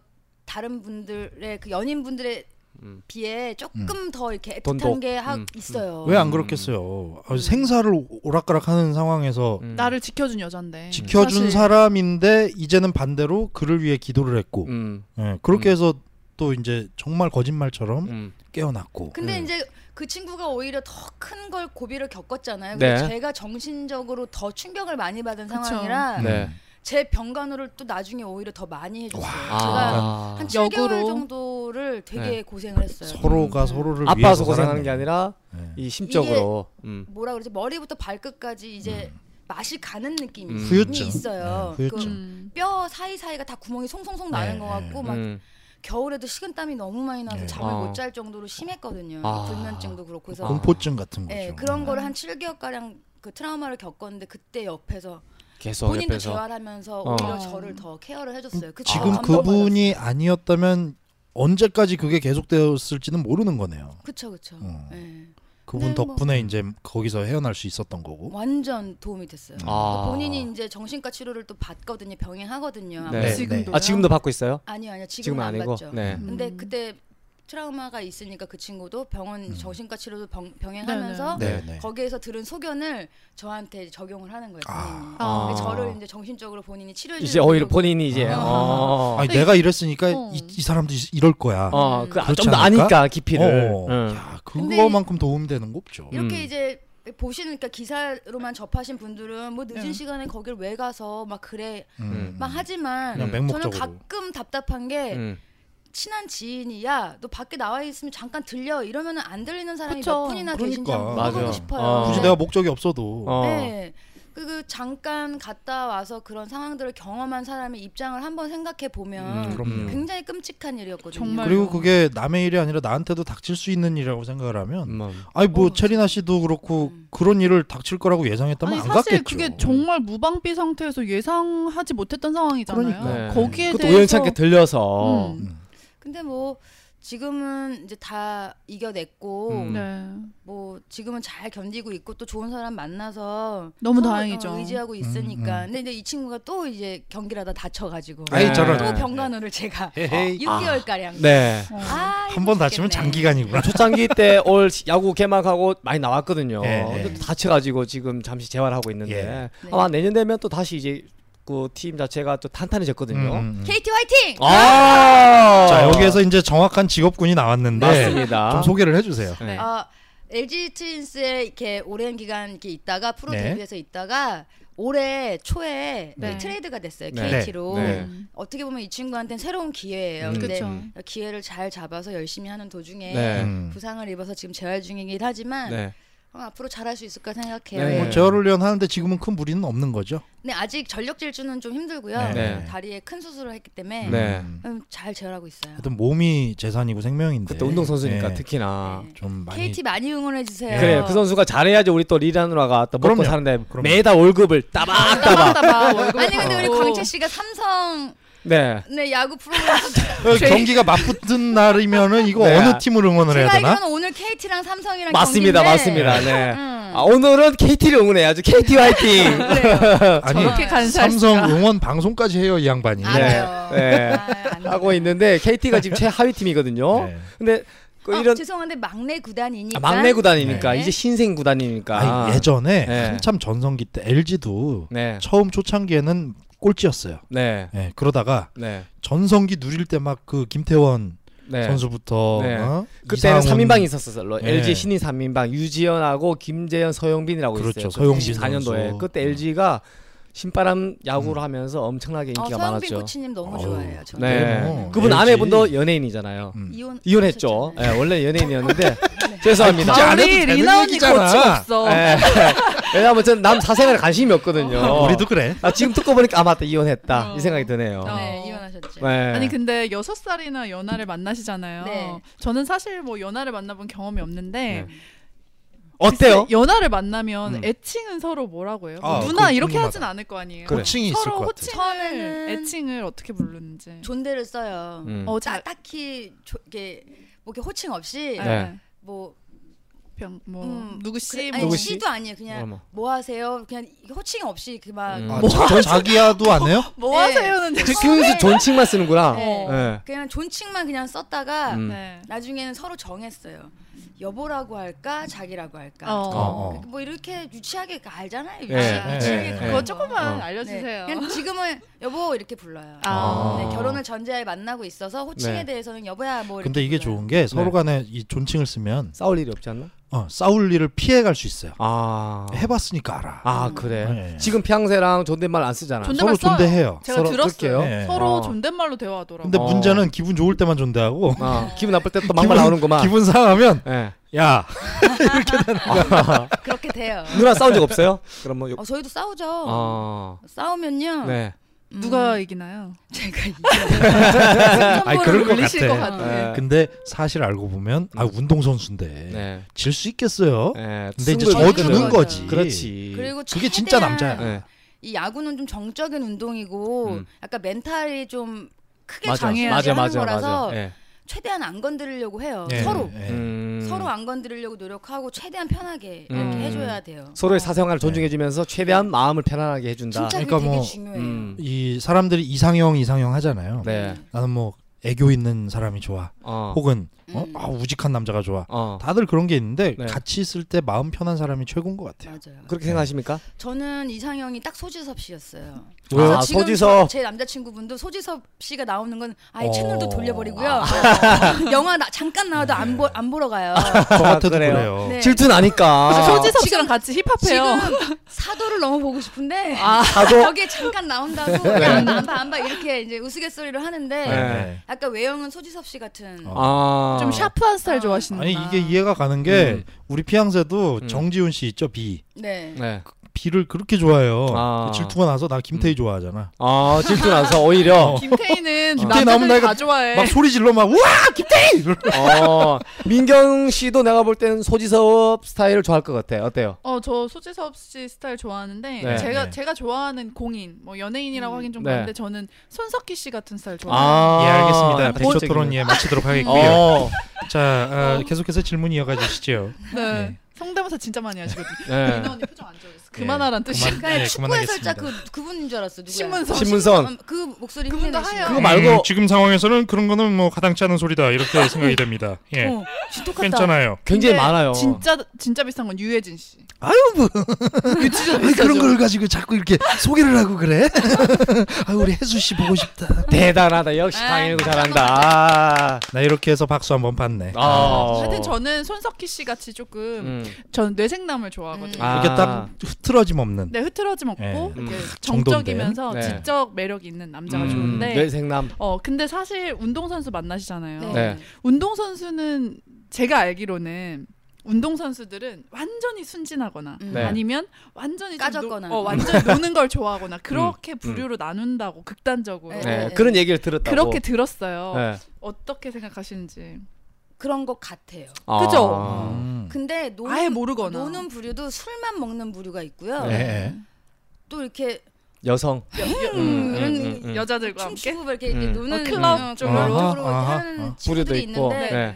Speaker 7: 다른 분들의 그 연인분들의
Speaker 4: 음.
Speaker 7: 비해 조금 더 이렇게
Speaker 4: 돈독.
Speaker 7: 애틋한 게 하,
Speaker 4: 음.
Speaker 7: 있어요.
Speaker 6: 왜 안
Speaker 4: 음.
Speaker 6: 그렇겠어요? 아, 생사를 오락가락하는 상황에서
Speaker 7: 뭐
Speaker 4: 음.
Speaker 5: 나를 지켜준
Speaker 7: 네.
Speaker 5: 여잔데.
Speaker 6: 지켜준
Speaker 5: 사실.
Speaker 6: 사람인데 이제는 반대로 그를 위해 기도를 했고
Speaker 4: 음.
Speaker 6: 예, 그렇게
Speaker 4: 음.
Speaker 6: 해서 또 이제 정말 거짓말처럼
Speaker 4: 음.
Speaker 6: 깨어났고
Speaker 7: 근데
Speaker 4: 음.
Speaker 7: 이제 그 친구가 오히려 더 큰 걸 고비를 겪었잖아요.
Speaker 4: 네.
Speaker 7: 근데 제가 정신적으로 더 충격을 많이 받은
Speaker 5: 그쵸.
Speaker 7: 상황이라
Speaker 6: 예,
Speaker 4: 네.
Speaker 7: 제 병간호를 또 나중에 오히려 더 많이 해줬어요. 제가
Speaker 4: 아.
Speaker 7: 한
Speaker 5: 역으로. 음.
Speaker 7: 7개월 정도를 되게
Speaker 4: 네.
Speaker 7: 고생을 했어요. 음.
Speaker 6: 서로가 서로를
Speaker 4: 아파서
Speaker 6: 위해서 살았네요.
Speaker 4: 고생하는 게 아니라
Speaker 6: 예.
Speaker 4: 이 심적으로. 음.
Speaker 7: 뭐라 그러지? 머리부터 발끝까지 이제 맛이 가는 느낌이
Speaker 4: 음.
Speaker 6: 후유증.
Speaker 7: 있어요.
Speaker 6: 음. 네, 후유증.
Speaker 5: 음.
Speaker 7: 그뼈 사이사이가 다 구멍이 송송송 나는
Speaker 6: 네,
Speaker 7: 것
Speaker 6: 네.
Speaker 7: 같고 막
Speaker 4: 음.
Speaker 7: 겨울에도 식은땀이 너무 많이 나서
Speaker 6: 네.
Speaker 7: 잠을
Speaker 4: 아.
Speaker 7: 못 잘 정도로 심했거든요.
Speaker 4: 아.
Speaker 7: 불면증도 그렇고 해서
Speaker 6: 공포증 같은 거죠.
Speaker 7: 예, 그런
Speaker 6: 네.
Speaker 7: 거를 한 7개월 가량 그 트라우마를 겪었는데 그때 옆에서
Speaker 4: 계속
Speaker 7: 본인도
Speaker 4: 옆에서.
Speaker 7: 재활하면서
Speaker 4: 어.
Speaker 7: 오히려 저를 더 케어를 해줬어요. 그
Speaker 6: 지금
Speaker 7: 아,
Speaker 6: 그분이 아니었다면 언제까지 그게 계속되었을지는 모르는 거네요.
Speaker 7: 그쵸 그쵸.
Speaker 6: 어.
Speaker 7: 예.
Speaker 6: 그분
Speaker 7: 네, 뭐.
Speaker 6: 덕분에 이제 거기서 헤어날 수 있었던 거고.
Speaker 7: 완전 도움이 됐어요. 그
Speaker 4: 아.
Speaker 7: 본인이 이제 정신과 치료를 또 받거든요. 병행하거든요.
Speaker 4: 네.
Speaker 5: 지금도.
Speaker 4: 아 지금도 받고 있어요?
Speaker 7: 아니요 아니요 지금은,
Speaker 4: 지금은
Speaker 7: 안
Speaker 4: 아니고.
Speaker 7: 받죠.
Speaker 4: 네.
Speaker 7: 근데
Speaker 5: 음.
Speaker 7: 그때 트라우마가 있으니까 그 친구도 병원
Speaker 6: 음.
Speaker 7: 정신과 치료도 병, 병행하면서
Speaker 6: 네, 네.
Speaker 7: 거기에서 들은 소견을 저한테 적용을 하는 거예요. 선생님이.
Speaker 5: 아.
Speaker 7: 근데 저를 이제 정신적으로 본인이 치료해 주는
Speaker 4: 이제 오히려 본인이 이제
Speaker 6: 아.
Speaker 4: 어.
Speaker 6: 아니 내가 이랬으니까
Speaker 5: 어.
Speaker 6: 이, 이 사람도 이- 이럴 거야.
Speaker 4: 어, 그
Speaker 6: 그렇지
Speaker 4: 좀 더
Speaker 6: 않을까?
Speaker 4: 아니까 깊이를. 음.
Speaker 6: 어.
Speaker 4: 응.
Speaker 6: 야,
Speaker 7: 근데
Speaker 6: 그거만큼 도움되는 거 없죠.
Speaker 4: 음.
Speaker 7: 이렇게 이제 보시는 그러니까 기사로만 접하신 분들은 뭐 늦은
Speaker 5: 네.
Speaker 7: 시간에 거길 왜 가서 막 그래
Speaker 6: 음.
Speaker 7: 막 하지만
Speaker 6: 그냥
Speaker 7: 저는
Speaker 6: 맹목적으로.
Speaker 7: 가끔 답답한 게
Speaker 4: 음.
Speaker 7: 친한 지인이야 너 밖에 나와 있으면 잠깐 들려 이러면은 안 들리는 사람이
Speaker 5: 그쵸.
Speaker 7: 몇 분이나 계신지
Speaker 6: 그러니까.
Speaker 7: 한번
Speaker 4: 맞아요.
Speaker 7: 물어보고 싶어요.
Speaker 4: 어.
Speaker 6: 굳이 내가 목적이 없어도
Speaker 4: 어.
Speaker 7: 네. 그, 그 잠깐 갔다 와서 그런 상황들을 경험한 사람의 입장을 한번 생각해 보면
Speaker 4: 음, 그럼요.
Speaker 7: 굉장히 끔찍한 일이었거든요.
Speaker 5: 정말.
Speaker 6: 그리고 그게 남의 일이 아니라 나한테도 닥칠 수 있는 일이라고 생각을 하면
Speaker 4: 음.
Speaker 6: 아니 뭐
Speaker 5: 어. 음.
Speaker 6: 체리나 씨도 그렇고 그런 일을 닥칠 거라고 예상했다면
Speaker 5: 아니
Speaker 6: 안
Speaker 5: 사실
Speaker 6: 갔겠죠. 네. 음.
Speaker 5: 그게 정말 무방비 상태에서 예상하지 못했던 상황이잖아요.
Speaker 6: 그러니까.
Speaker 4: 네.
Speaker 5: 거기에
Speaker 4: 그것도
Speaker 5: 대해서
Speaker 4: 우연찮게 들려서.
Speaker 6: 어.
Speaker 5: 음.
Speaker 7: 근데 뭐 지금은 이제 다 이겨냈고
Speaker 4: 음.
Speaker 5: 네.
Speaker 7: 뭐 지금은 잘 견디고 있고 또 좋은 사람 만나서
Speaker 5: 너무
Speaker 7: 서로,
Speaker 5: 다행이죠.
Speaker 7: 어,
Speaker 6: 음,
Speaker 7: 의지하고 있으니까. 근데 이제 이 친구가 또 이제 경기하다 다쳐가지고
Speaker 6: 아이 저런.
Speaker 7: 또 병간호를 제가
Speaker 6: 헤헤이. 아,
Speaker 7: 6개월 가량.
Speaker 4: 네.
Speaker 5: 어.
Speaker 7: 아,
Speaker 6: 한 번 다치면
Speaker 7: 힘들겠네.
Speaker 6: 장기간이구나.
Speaker 4: 초창기 때 올 야구 개막하고 많이 나왔거든요.
Speaker 6: 예,
Speaker 4: 근데
Speaker 6: 예.
Speaker 4: 또 다쳐가지고 지금 잠시 재활하고 있는데
Speaker 6: 예.
Speaker 4: 아마 내년 되면 또 다시 이제 그 팀 자체가 또 탄탄해졌거든요.
Speaker 6: 음, 음.
Speaker 7: KT 화이팅!
Speaker 4: 아,
Speaker 6: 자 여기에서 이제 정확한 직업군이 나왔는데
Speaker 4: 맞습니다.
Speaker 6: 좀 소개를 해주세요.
Speaker 4: 네.
Speaker 7: 어, LG 트윈스에 이렇게 오랜 기간 이렇게 있다가 프로
Speaker 6: 네.
Speaker 7: 데뷔해서 있다가 올해 초에
Speaker 5: 네.
Speaker 7: 트레이드가 됐어요
Speaker 4: 네.
Speaker 7: KT로
Speaker 4: 네.
Speaker 5: 음.
Speaker 7: 어떻게 보면 이 친구한테는 새로운 기회예요.
Speaker 4: 음.
Speaker 7: 근데
Speaker 5: 그쵸.
Speaker 7: 기회를 잘 잡아서 열심히 하는 도중에
Speaker 4: 네.
Speaker 6: 음.
Speaker 7: 부상을 입어서 지금 재활 중이긴 하지만
Speaker 4: 네.
Speaker 7: 어, 앞으로 잘할 수 있을까
Speaker 4: 네.
Speaker 7: 생각해요. 네,
Speaker 6: 뭐 재활훈련 하는데 지금은 큰 무리는 없는 거죠.
Speaker 7: 아직 전력 질주는 좀 힘들고요.
Speaker 4: 네.
Speaker 7: 다리에 큰 수술을 했기 때문에
Speaker 4: 네.
Speaker 6: 음.
Speaker 7: 음, 잘 재활하고 있어요.
Speaker 6: 하여튼 몸이 재산이고 생명인데.
Speaker 4: 그때 운동 선수니까
Speaker 6: 예,
Speaker 4: 특히나
Speaker 7: 네.
Speaker 6: 좀 많이
Speaker 7: KT 많이 응원해 주세요.
Speaker 4: 아, 그래 그 선수가 잘해야지 우리 또 리란 누나가 또 먹고
Speaker 6: 그럼요.
Speaker 4: 사는데
Speaker 6: 그럼요.
Speaker 4: 매달 월급을 따박따박.
Speaker 5: 따박 월급.
Speaker 7: 아니 근데 우리 광채 씨가 삼성
Speaker 4: 네.
Speaker 7: 네 야구 프로그램
Speaker 6: 어, 경기가 맞붙은 날이면은 이거
Speaker 4: 네.
Speaker 6: 어느 팀을 응원을 해야
Speaker 7: 제가
Speaker 6: 되나?
Speaker 7: 알기로는 오늘 KT랑 삼성이랑
Speaker 4: 맞습니다,
Speaker 7: 경기인데
Speaker 4: 맞습니다. 네.
Speaker 7: 음. 아,
Speaker 4: 아, 오늘은 KT를 응원해야죠. KT 화이팅.
Speaker 7: 그래요.
Speaker 6: 아니
Speaker 5: 저렇게 간사했을까?
Speaker 6: 삼성 응원 방송까지 해요 이 양반이.
Speaker 7: 알아요.
Speaker 4: 네.
Speaker 7: 아, 안
Speaker 4: 하고
Speaker 7: 돼요.
Speaker 4: 있는데 KT가 지금 최하위 팀이거든요.
Speaker 6: 네.
Speaker 4: 근데 그
Speaker 7: 아,
Speaker 4: 이런
Speaker 7: 죄송한데 막내 구단이니까
Speaker 4: 아, 막내 구단이니까
Speaker 7: 네.
Speaker 4: 이제 신생 구단이니까.
Speaker 6: 그러니까. 아니, 예전에
Speaker 4: 네.
Speaker 6: 한참 전성기 때 LG도
Speaker 4: 네.
Speaker 6: 처음 초창기에는 꼴찌였어요.
Speaker 4: 네.
Speaker 6: 예, 그러다가
Speaker 4: 네.
Speaker 6: 전성기 누릴 때 막 그 김태원
Speaker 4: 네.
Speaker 6: 선수부터
Speaker 4: 네.
Speaker 6: 어?
Speaker 4: 그때는
Speaker 6: 이상훈,
Speaker 4: 3인방이 있었어요.
Speaker 6: 예.
Speaker 4: LG 신인 3인방 유지연하고 김재현, 서영빈이라고
Speaker 6: 그렇죠.
Speaker 4: 있어요.
Speaker 6: 서영빈
Speaker 4: 94년도에
Speaker 6: 선수.
Speaker 4: 그때
Speaker 6: 음.
Speaker 4: LG가 신바람 야구를 하면서 엄청나게
Speaker 7: 어,
Speaker 4: 인기가
Speaker 7: 서영빈
Speaker 4: 많았죠.
Speaker 7: 코치님 너무
Speaker 2: 어우,
Speaker 7: 좋아해요. 저는.
Speaker 4: 네.
Speaker 2: 뭐,
Speaker 4: 그분
Speaker 2: LG.
Speaker 4: 아내분도 연예인이잖아요.
Speaker 2: 음.
Speaker 7: 이혼
Speaker 6: 그렇죠.
Speaker 7: 네.
Speaker 4: 이혼했죠. 네. 예,
Speaker 7: 하셨잖아요.
Speaker 4: 원래 연예인이었는데 죄송합니다.
Speaker 5: 아,
Speaker 6: 안 해도
Speaker 5: 우리
Speaker 6: 되는
Speaker 5: 리나 언니
Speaker 6: 얘기잖아.
Speaker 5: 고치 없어.
Speaker 4: 예. 왜냐하면 전 남 사생활에 관심이 없거든요.
Speaker 6: 어. 우리도 그래.
Speaker 4: 아, 지금 듣고 보니까 아 맞다 이혼했다
Speaker 5: 어.
Speaker 4: 이 생각이 드네요.
Speaker 5: 어.
Speaker 7: 네, 그 이혼하셨죠.
Speaker 4: 네.
Speaker 5: 아니 근데 여섯 살이나 연하를 만나시잖아요.
Speaker 7: 네.
Speaker 5: 저는 사실 뭐 연하를 만나본 경험이 없는데
Speaker 4: 어때요?
Speaker 5: 글쎄, 연하를 만나면
Speaker 6: 네. 음.
Speaker 5: 애칭은 서로 뭐라고 해요?
Speaker 6: 아,
Speaker 5: 누나
Speaker 6: 그거
Speaker 5: 이렇게
Speaker 6: 궁금하다.
Speaker 5: 하진 않을 거 아니에요.
Speaker 6: 그래. 호칭이 있을 것
Speaker 5: 서로
Speaker 6: 같아.
Speaker 5: 호칭을
Speaker 7: 처음에는
Speaker 5: 애칭을 어떻게 부르는지.
Speaker 7: 존대를 써요.
Speaker 4: 음.
Speaker 5: 어,
Speaker 7: 자,
Speaker 5: 잘
Speaker 7: 딱히 조, 이게 뭐 이렇게 호칭 없이
Speaker 5: 네.
Speaker 4: 네.
Speaker 7: 뭐
Speaker 5: 병, 뭐
Speaker 7: 음,
Speaker 5: 누구 씨,
Speaker 7: 그래,
Speaker 5: 뭐
Speaker 7: 아니
Speaker 4: 누구 씨?
Speaker 7: 씨도 아니에요. 그냥
Speaker 4: 어머.
Speaker 7: 뭐 하세요? 그냥 호칭 없이 그막
Speaker 4: 음.
Speaker 6: 아,
Speaker 4: 뭐
Speaker 6: 자, 자기야도 안 해요?
Speaker 5: 뭐 하세요는
Speaker 4: 그- 그래서 존칭만 쓰는구나.
Speaker 7: 네.
Speaker 6: 음.
Speaker 7: 아,
Speaker 4: 예.
Speaker 7: 그냥 존칭만 그냥 썼다가
Speaker 4: 음.
Speaker 5: 네.
Speaker 7: 나중에는 서로 정했어요. 여보라고 할까, 자기라고 할까.
Speaker 5: 어.
Speaker 6: 어.
Speaker 7: 뭐 이렇게 유치하게 알잖아요. 유치,
Speaker 4: 네,
Speaker 7: 유치하게
Speaker 6: 네,
Speaker 7: 그거
Speaker 5: 그거
Speaker 4: 네.
Speaker 5: 조금만
Speaker 4: 어.
Speaker 5: 알려주세요.
Speaker 7: 그냥 지금은 여보 이렇게 불러요.
Speaker 5: 아.
Speaker 7: 네, 결혼을 전제하에 만나고 있어서 호칭에
Speaker 4: 네.
Speaker 7: 대해서는 여보야 뭐. 이렇게
Speaker 6: 근데 이게
Speaker 7: 불러요.
Speaker 6: 좋은 게 서로 간에 이 존칭을 쓰면
Speaker 4: 싸울 일이 없지 않나?
Speaker 6: 어, 싸울 일을 피해갈 수 있어요.
Speaker 4: 아.
Speaker 6: 해봤으니까 알아.
Speaker 4: 아 그래.
Speaker 6: 네.
Speaker 4: 지금 평세랑 존댓말 안 쓰잖아.
Speaker 5: 존댓-
Speaker 6: 음. 서로
Speaker 5: 존댓말 써요.
Speaker 6: 존대해요.
Speaker 5: 제가 들었어요.
Speaker 4: 그럴게요.
Speaker 6: 네.
Speaker 5: 서로
Speaker 4: 어.
Speaker 5: 존댓말로 대화하더라고요.
Speaker 6: 근데
Speaker 4: 어.
Speaker 6: 문제는 기분 좋을 때만 존대하고
Speaker 4: 아, 기분 나쁠 때 또 막말
Speaker 6: 기분-
Speaker 4: 나오는구만.
Speaker 6: 기분 상하면
Speaker 4: 예.
Speaker 6: 야
Speaker 4: 아,
Speaker 7: 그렇게 돼요.
Speaker 4: 누나 싸운 적 없어요? 그럼 뭐. 욕-
Speaker 7: 어, 저희도 싸우죠.
Speaker 4: 아.
Speaker 7: 싸우면요.
Speaker 4: 네.
Speaker 7: 음,
Speaker 5: 누가 이기나요?
Speaker 7: 제가 이-
Speaker 6: 아니, 그럴 것
Speaker 5: 물리실
Speaker 6: 같아.
Speaker 7: 어.
Speaker 5: 것 같아.
Speaker 4: 네. 음.
Speaker 6: 근데 사실 알고 보면 아 운동선수인데
Speaker 4: 네.
Speaker 6: 질 수 있겠어요.
Speaker 4: 네.
Speaker 6: 근데 이제
Speaker 4: 승부를
Speaker 7: 저
Speaker 6: 져주는
Speaker 4: 이끄는
Speaker 7: 주는
Speaker 4: 거죠.
Speaker 6: 거지.
Speaker 4: 그렇지.
Speaker 7: 그리고
Speaker 6: 그게 진짜
Speaker 7: 최대한
Speaker 6: 남자야.
Speaker 4: 네.
Speaker 7: 이 야구는 좀 정적인 운동이고
Speaker 4: 음.
Speaker 7: 약간 멘탈이 좀 크게
Speaker 4: 맞아.
Speaker 7: 장애하는
Speaker 4: 맞아. 맞아.
Speaker 7: 거라서
Speaker 4: 맞아. 예.
Speaker 7: 최대한 안 건드리려고 해요.
Speaker 6: 예,
Speaker 7: 서로
Speaker 1: 네.
Speaker 6: 예.
Speaker 4: 음.
Speaker 7: 서로 아- 안 건드리려고 노력하고 최대한 편하게
Speaker 4: 음.
Speaker 7: 이렇게 해줘야 돼요.
Speaker 4: 서로의
Speaker 1: 네.
Speaker 4: 사생활을 존중해주면서 최대한 마음을 편안하게 해준다.
Speaker 7: 어. 진짜 그게
Speaker 6: 그러니까
Speaker 7: 되게
Speaker 6: 뭐,
Speaker 7: 중요해요.
Speaker 4: 음.
Speaker 6: 이 사람들이 이상형 이상형 하잖아요.
Speaker 4: 네.
Speaker 6: 나는 뭐 애교 있는 사람이 좋아.
Speaker 4: 어.
Speaker 6: 혹은 어?
Speaker 7: 음.
Speaker 6: 아, 우직한 남자가 좋아.
Speaker 4: 어.
Speaker 6: 다들 그런 게 있는데
Speaker 4: 네.
Speaker 6: 같이 있을 때 마음 편한 사람이 최고인 것 같아요.
Speaker 7: 맞아요.
Speaker 1: 네.
Speaker 4: 그렇게 생각하십니까?
Speaker 7: 저는 이상형이 딱 소지섭 씨였어요.
Speaker 4: 왜요?
Speaker 7: 아,
Speaker 4: 아,
Speaker 7: 지금
Speaker 4: 소지섭.
Speaker 7: 저- 제 남자친구분도 소지섭 씨가 나오는 건 아예
Speaker 4: 어.
Speaker 7: 채널도 돌려버리고요. 영화 나, 잠깐 나와도 안, 보, 안 보러 가요.
Speaker 6: 저 같아도
Speaker 4: 그래요?
Speaker 6: 그래요.
Speaker 7: 네.
Speaker 4: 질투
Speaker 6: 아.
Speaker 4: 나니까.
Speaker 5: 소지섭
Speaker 7: 지금-
Speaker 5: 씨랑 같이 힙합해요.
Speaker 7: 지금 사도를 너무 보고 싶은데
Speaker 4: 하고.
Speaker 7: 거기에 잠깐 나온다고 안 봐 안 봐 안 봐 이렇게 이제 우스갯소리를 하는데
Speaker 4: 네.
Speaker 7: 약간 외형은 소지섭 씨 같은
Speaker 6: 어.
Speaker 4: 아.
Speaker 5: 좀 샤프한 스타일
Speaker 7: 아.
Speaker 5: 네. 좋아하시는구나.
Speaker 6: 아니 이게 이해가 가는 게
Speaker 4: 음.
Speaker 6: 우리 피앙세도
Speaker 4: 음.
Speaker 6: 정지훈 씨 있죠 B
Speaker 7: 네.
Speaker 4: 네.
Speaker 6: B를 그렇게 좋아해요.
Speaker 4: 아.
Speaker 6: 질투가 나서 나
Speaker 2: 음.
Speaker 6: 김태희 좋아하잖아.
Speaker 4: 아 질투 나서
Speaker 1: 어.
Speaker 4: 오히려.
Speaker 5: 김태희는
Speaker 6: 김태희 나오면
Speaker 5: 남자들
Speaker 6: 내가
Speaker 5: 다 좋아해.
Speaker 6: 막 소리 질러 막 우와 김태희 이러-
Speaker 4: 어. 민경 씨도 내가 볼 때는 소지섭 스타일을 좋아할 것 같아. 어때요?
Speaker 5: 어, 저 소지섭 씨 스타일 좋아하는데
Speaker 4: 네.
Speaker 5: 제가
Speaker 6: 네.
Speaker 5: 제가 좋아하는 공인, 뭐 연예인이라고 하긴 좀
Speaker 4: 네.
Speaker 5: 그런데 저는 손석희 씨 같은 스타일
Speaker 7: 어.
Speaker 5: 좋아해요.
Speaker 4: 아. 어.
Speaker 1: 예 알겠습니다.
Speaker 2: 네,
Speaker 1: 백조
Speaker 4: 본격적인-
Speaker 1: 토론 예 마치도록 하겠고요.
Speaker 4: 어.
Speaker 1: 자 아, 계속해서 질문 이어가 주시죠.
Speaker 5: 네. 성대모사 진짜 많이 하시거든요.
Speaker 4: 네.
Speaker 5: 민아 언니 표정 안 좋았어. 그만하란 뜻이.
Speaker 1: 그만-
Speaker 6: 네,
Speaker 7: 그러니까
Speaker 1: 예,
Speaker 7: 축구에 살짝
Speaker 1: 그만하겠습니다.
Speaker 7: 그 그분인 줄 알았어. 누구야?
Speaker 5: 신문서.
Speaker 4: 신문선.
Speaker 7: 그 목소리
Speaker 5: 그분도
Speaker 7: 흉내내시는
Speaker 5: 하얘요.
Speaker 7: 거.
Speaker 4: 그거 말고
Speaker 1: 음, 지금 상황에서는 그런 거는 뭐 가당치 않은 소리다 이렇게 생각이 됩니다. 예,
Speaker 7: 어, 신똑같다.
Speaker 1: 괜찮아요.
Speaker 4: 네. 굉장히
Speaker 5: 근데
Speaker 4: 많아요.
Speaker 5: 진짜 진짜 비싼 건 유해진 씨.
Speaker 2: 아유 뭐 아니, 그런 걸 가지고 자꾸 이렇게 소개를 하고 그래? 아 우리 혜수 씨 보고 싶다.
Speaker 4: 대단하다. 아. 역시
Speaker 7: 아,
Speaker 4: 강인구 잘한다.
Speaker 6: 나 이렇게 해서 박수 한번 받네.
Speaker 2: 아.
Speaker 4: 어.
Speaker 5: 하여튼 저는 손석희 씨 같이 조금
Speaker 4: 음.
Speaker 5: 저는 뇌생남을 좋아하거든요.
Speaker 7: 음.
Speaker 4: 아.
Speaker 6: 이게 딱 흐트러짐 없는.
Speaker 5: 네 흐트러짐 없고
Speaker 6: 예.
Speaker 5: 이렇게
Speaker 7: 네.
Speaker 4: 음.
Speaker 5: 정적이면서
Speaker 4: 정돈된. 네.
Speaker 5: 지적 매력이 있는 남자가
Speaker 4: 음,
Speaker 5: 좋은데
Speaker 4: 뇌생남.
Speaker 5: 어 근데 사실 운동선수 만나시잖아요.
Speaker 4: 네.
Speaker 5: 운동선수는 제가 알기로는 운동선수들은 완전히 순진하거나
Speaker 7: 음.
Speaker 4: 네.
Speaker 5: 아니면 완전히 좀
Speaker 7: 까졌거나.
Speaker 5: 노, 어,
Speaker 6: 음.
Speaker 5: 완전히 노는 걸 좋아하거나 그렇게 부류로 나눈다고 극단적으로
Speaker 7: 네.
Speaker 4: 네, 그런 얘기를 들었다고.
Speaker 6: 뭐.
Speaker 5: 그렇게 들었어요.
Speaker 4: 네.
Speaker 5: 어떻게 생각하시는지
Speaker 7: 그런 것 같아요.
Speaker 5: 그죠?
Speaker 4: 아.
Speaker 6: 음.
Speaker 7: 근데 노는,
Speaker 5: 아예 모르거나
Speaker 7: 노는 부류도 술만 먹는 부류가 있고요.
Speaker 6: 예, 예.
Speaker 7: 또 이렇게
Speaker 4: 여성.
Speaker 5: 여, 여,
Speaker 7: 음, 이런
Speaker 4: 음, 음, 음.
Speaker 5: 여자들과 함께
Speaker 7: 춤추고 이렇게, 이렇게
Speaker 4: 음.
Speaker 7: 노는
Speaker 5: 어, 클럽
Speaker 7: 어,
Speaker 5: 쪽으로.
Speaker 7: 쪽으로
Speaker 6: 아하, 아하,
Speaker 7: 하는
Speaker 6: 아하.
Speaker 4: 부류도
Speaker 7: 친구들이
Speaker 4: 있고.
Speaker 7: 있는데
Speaker 4: 네.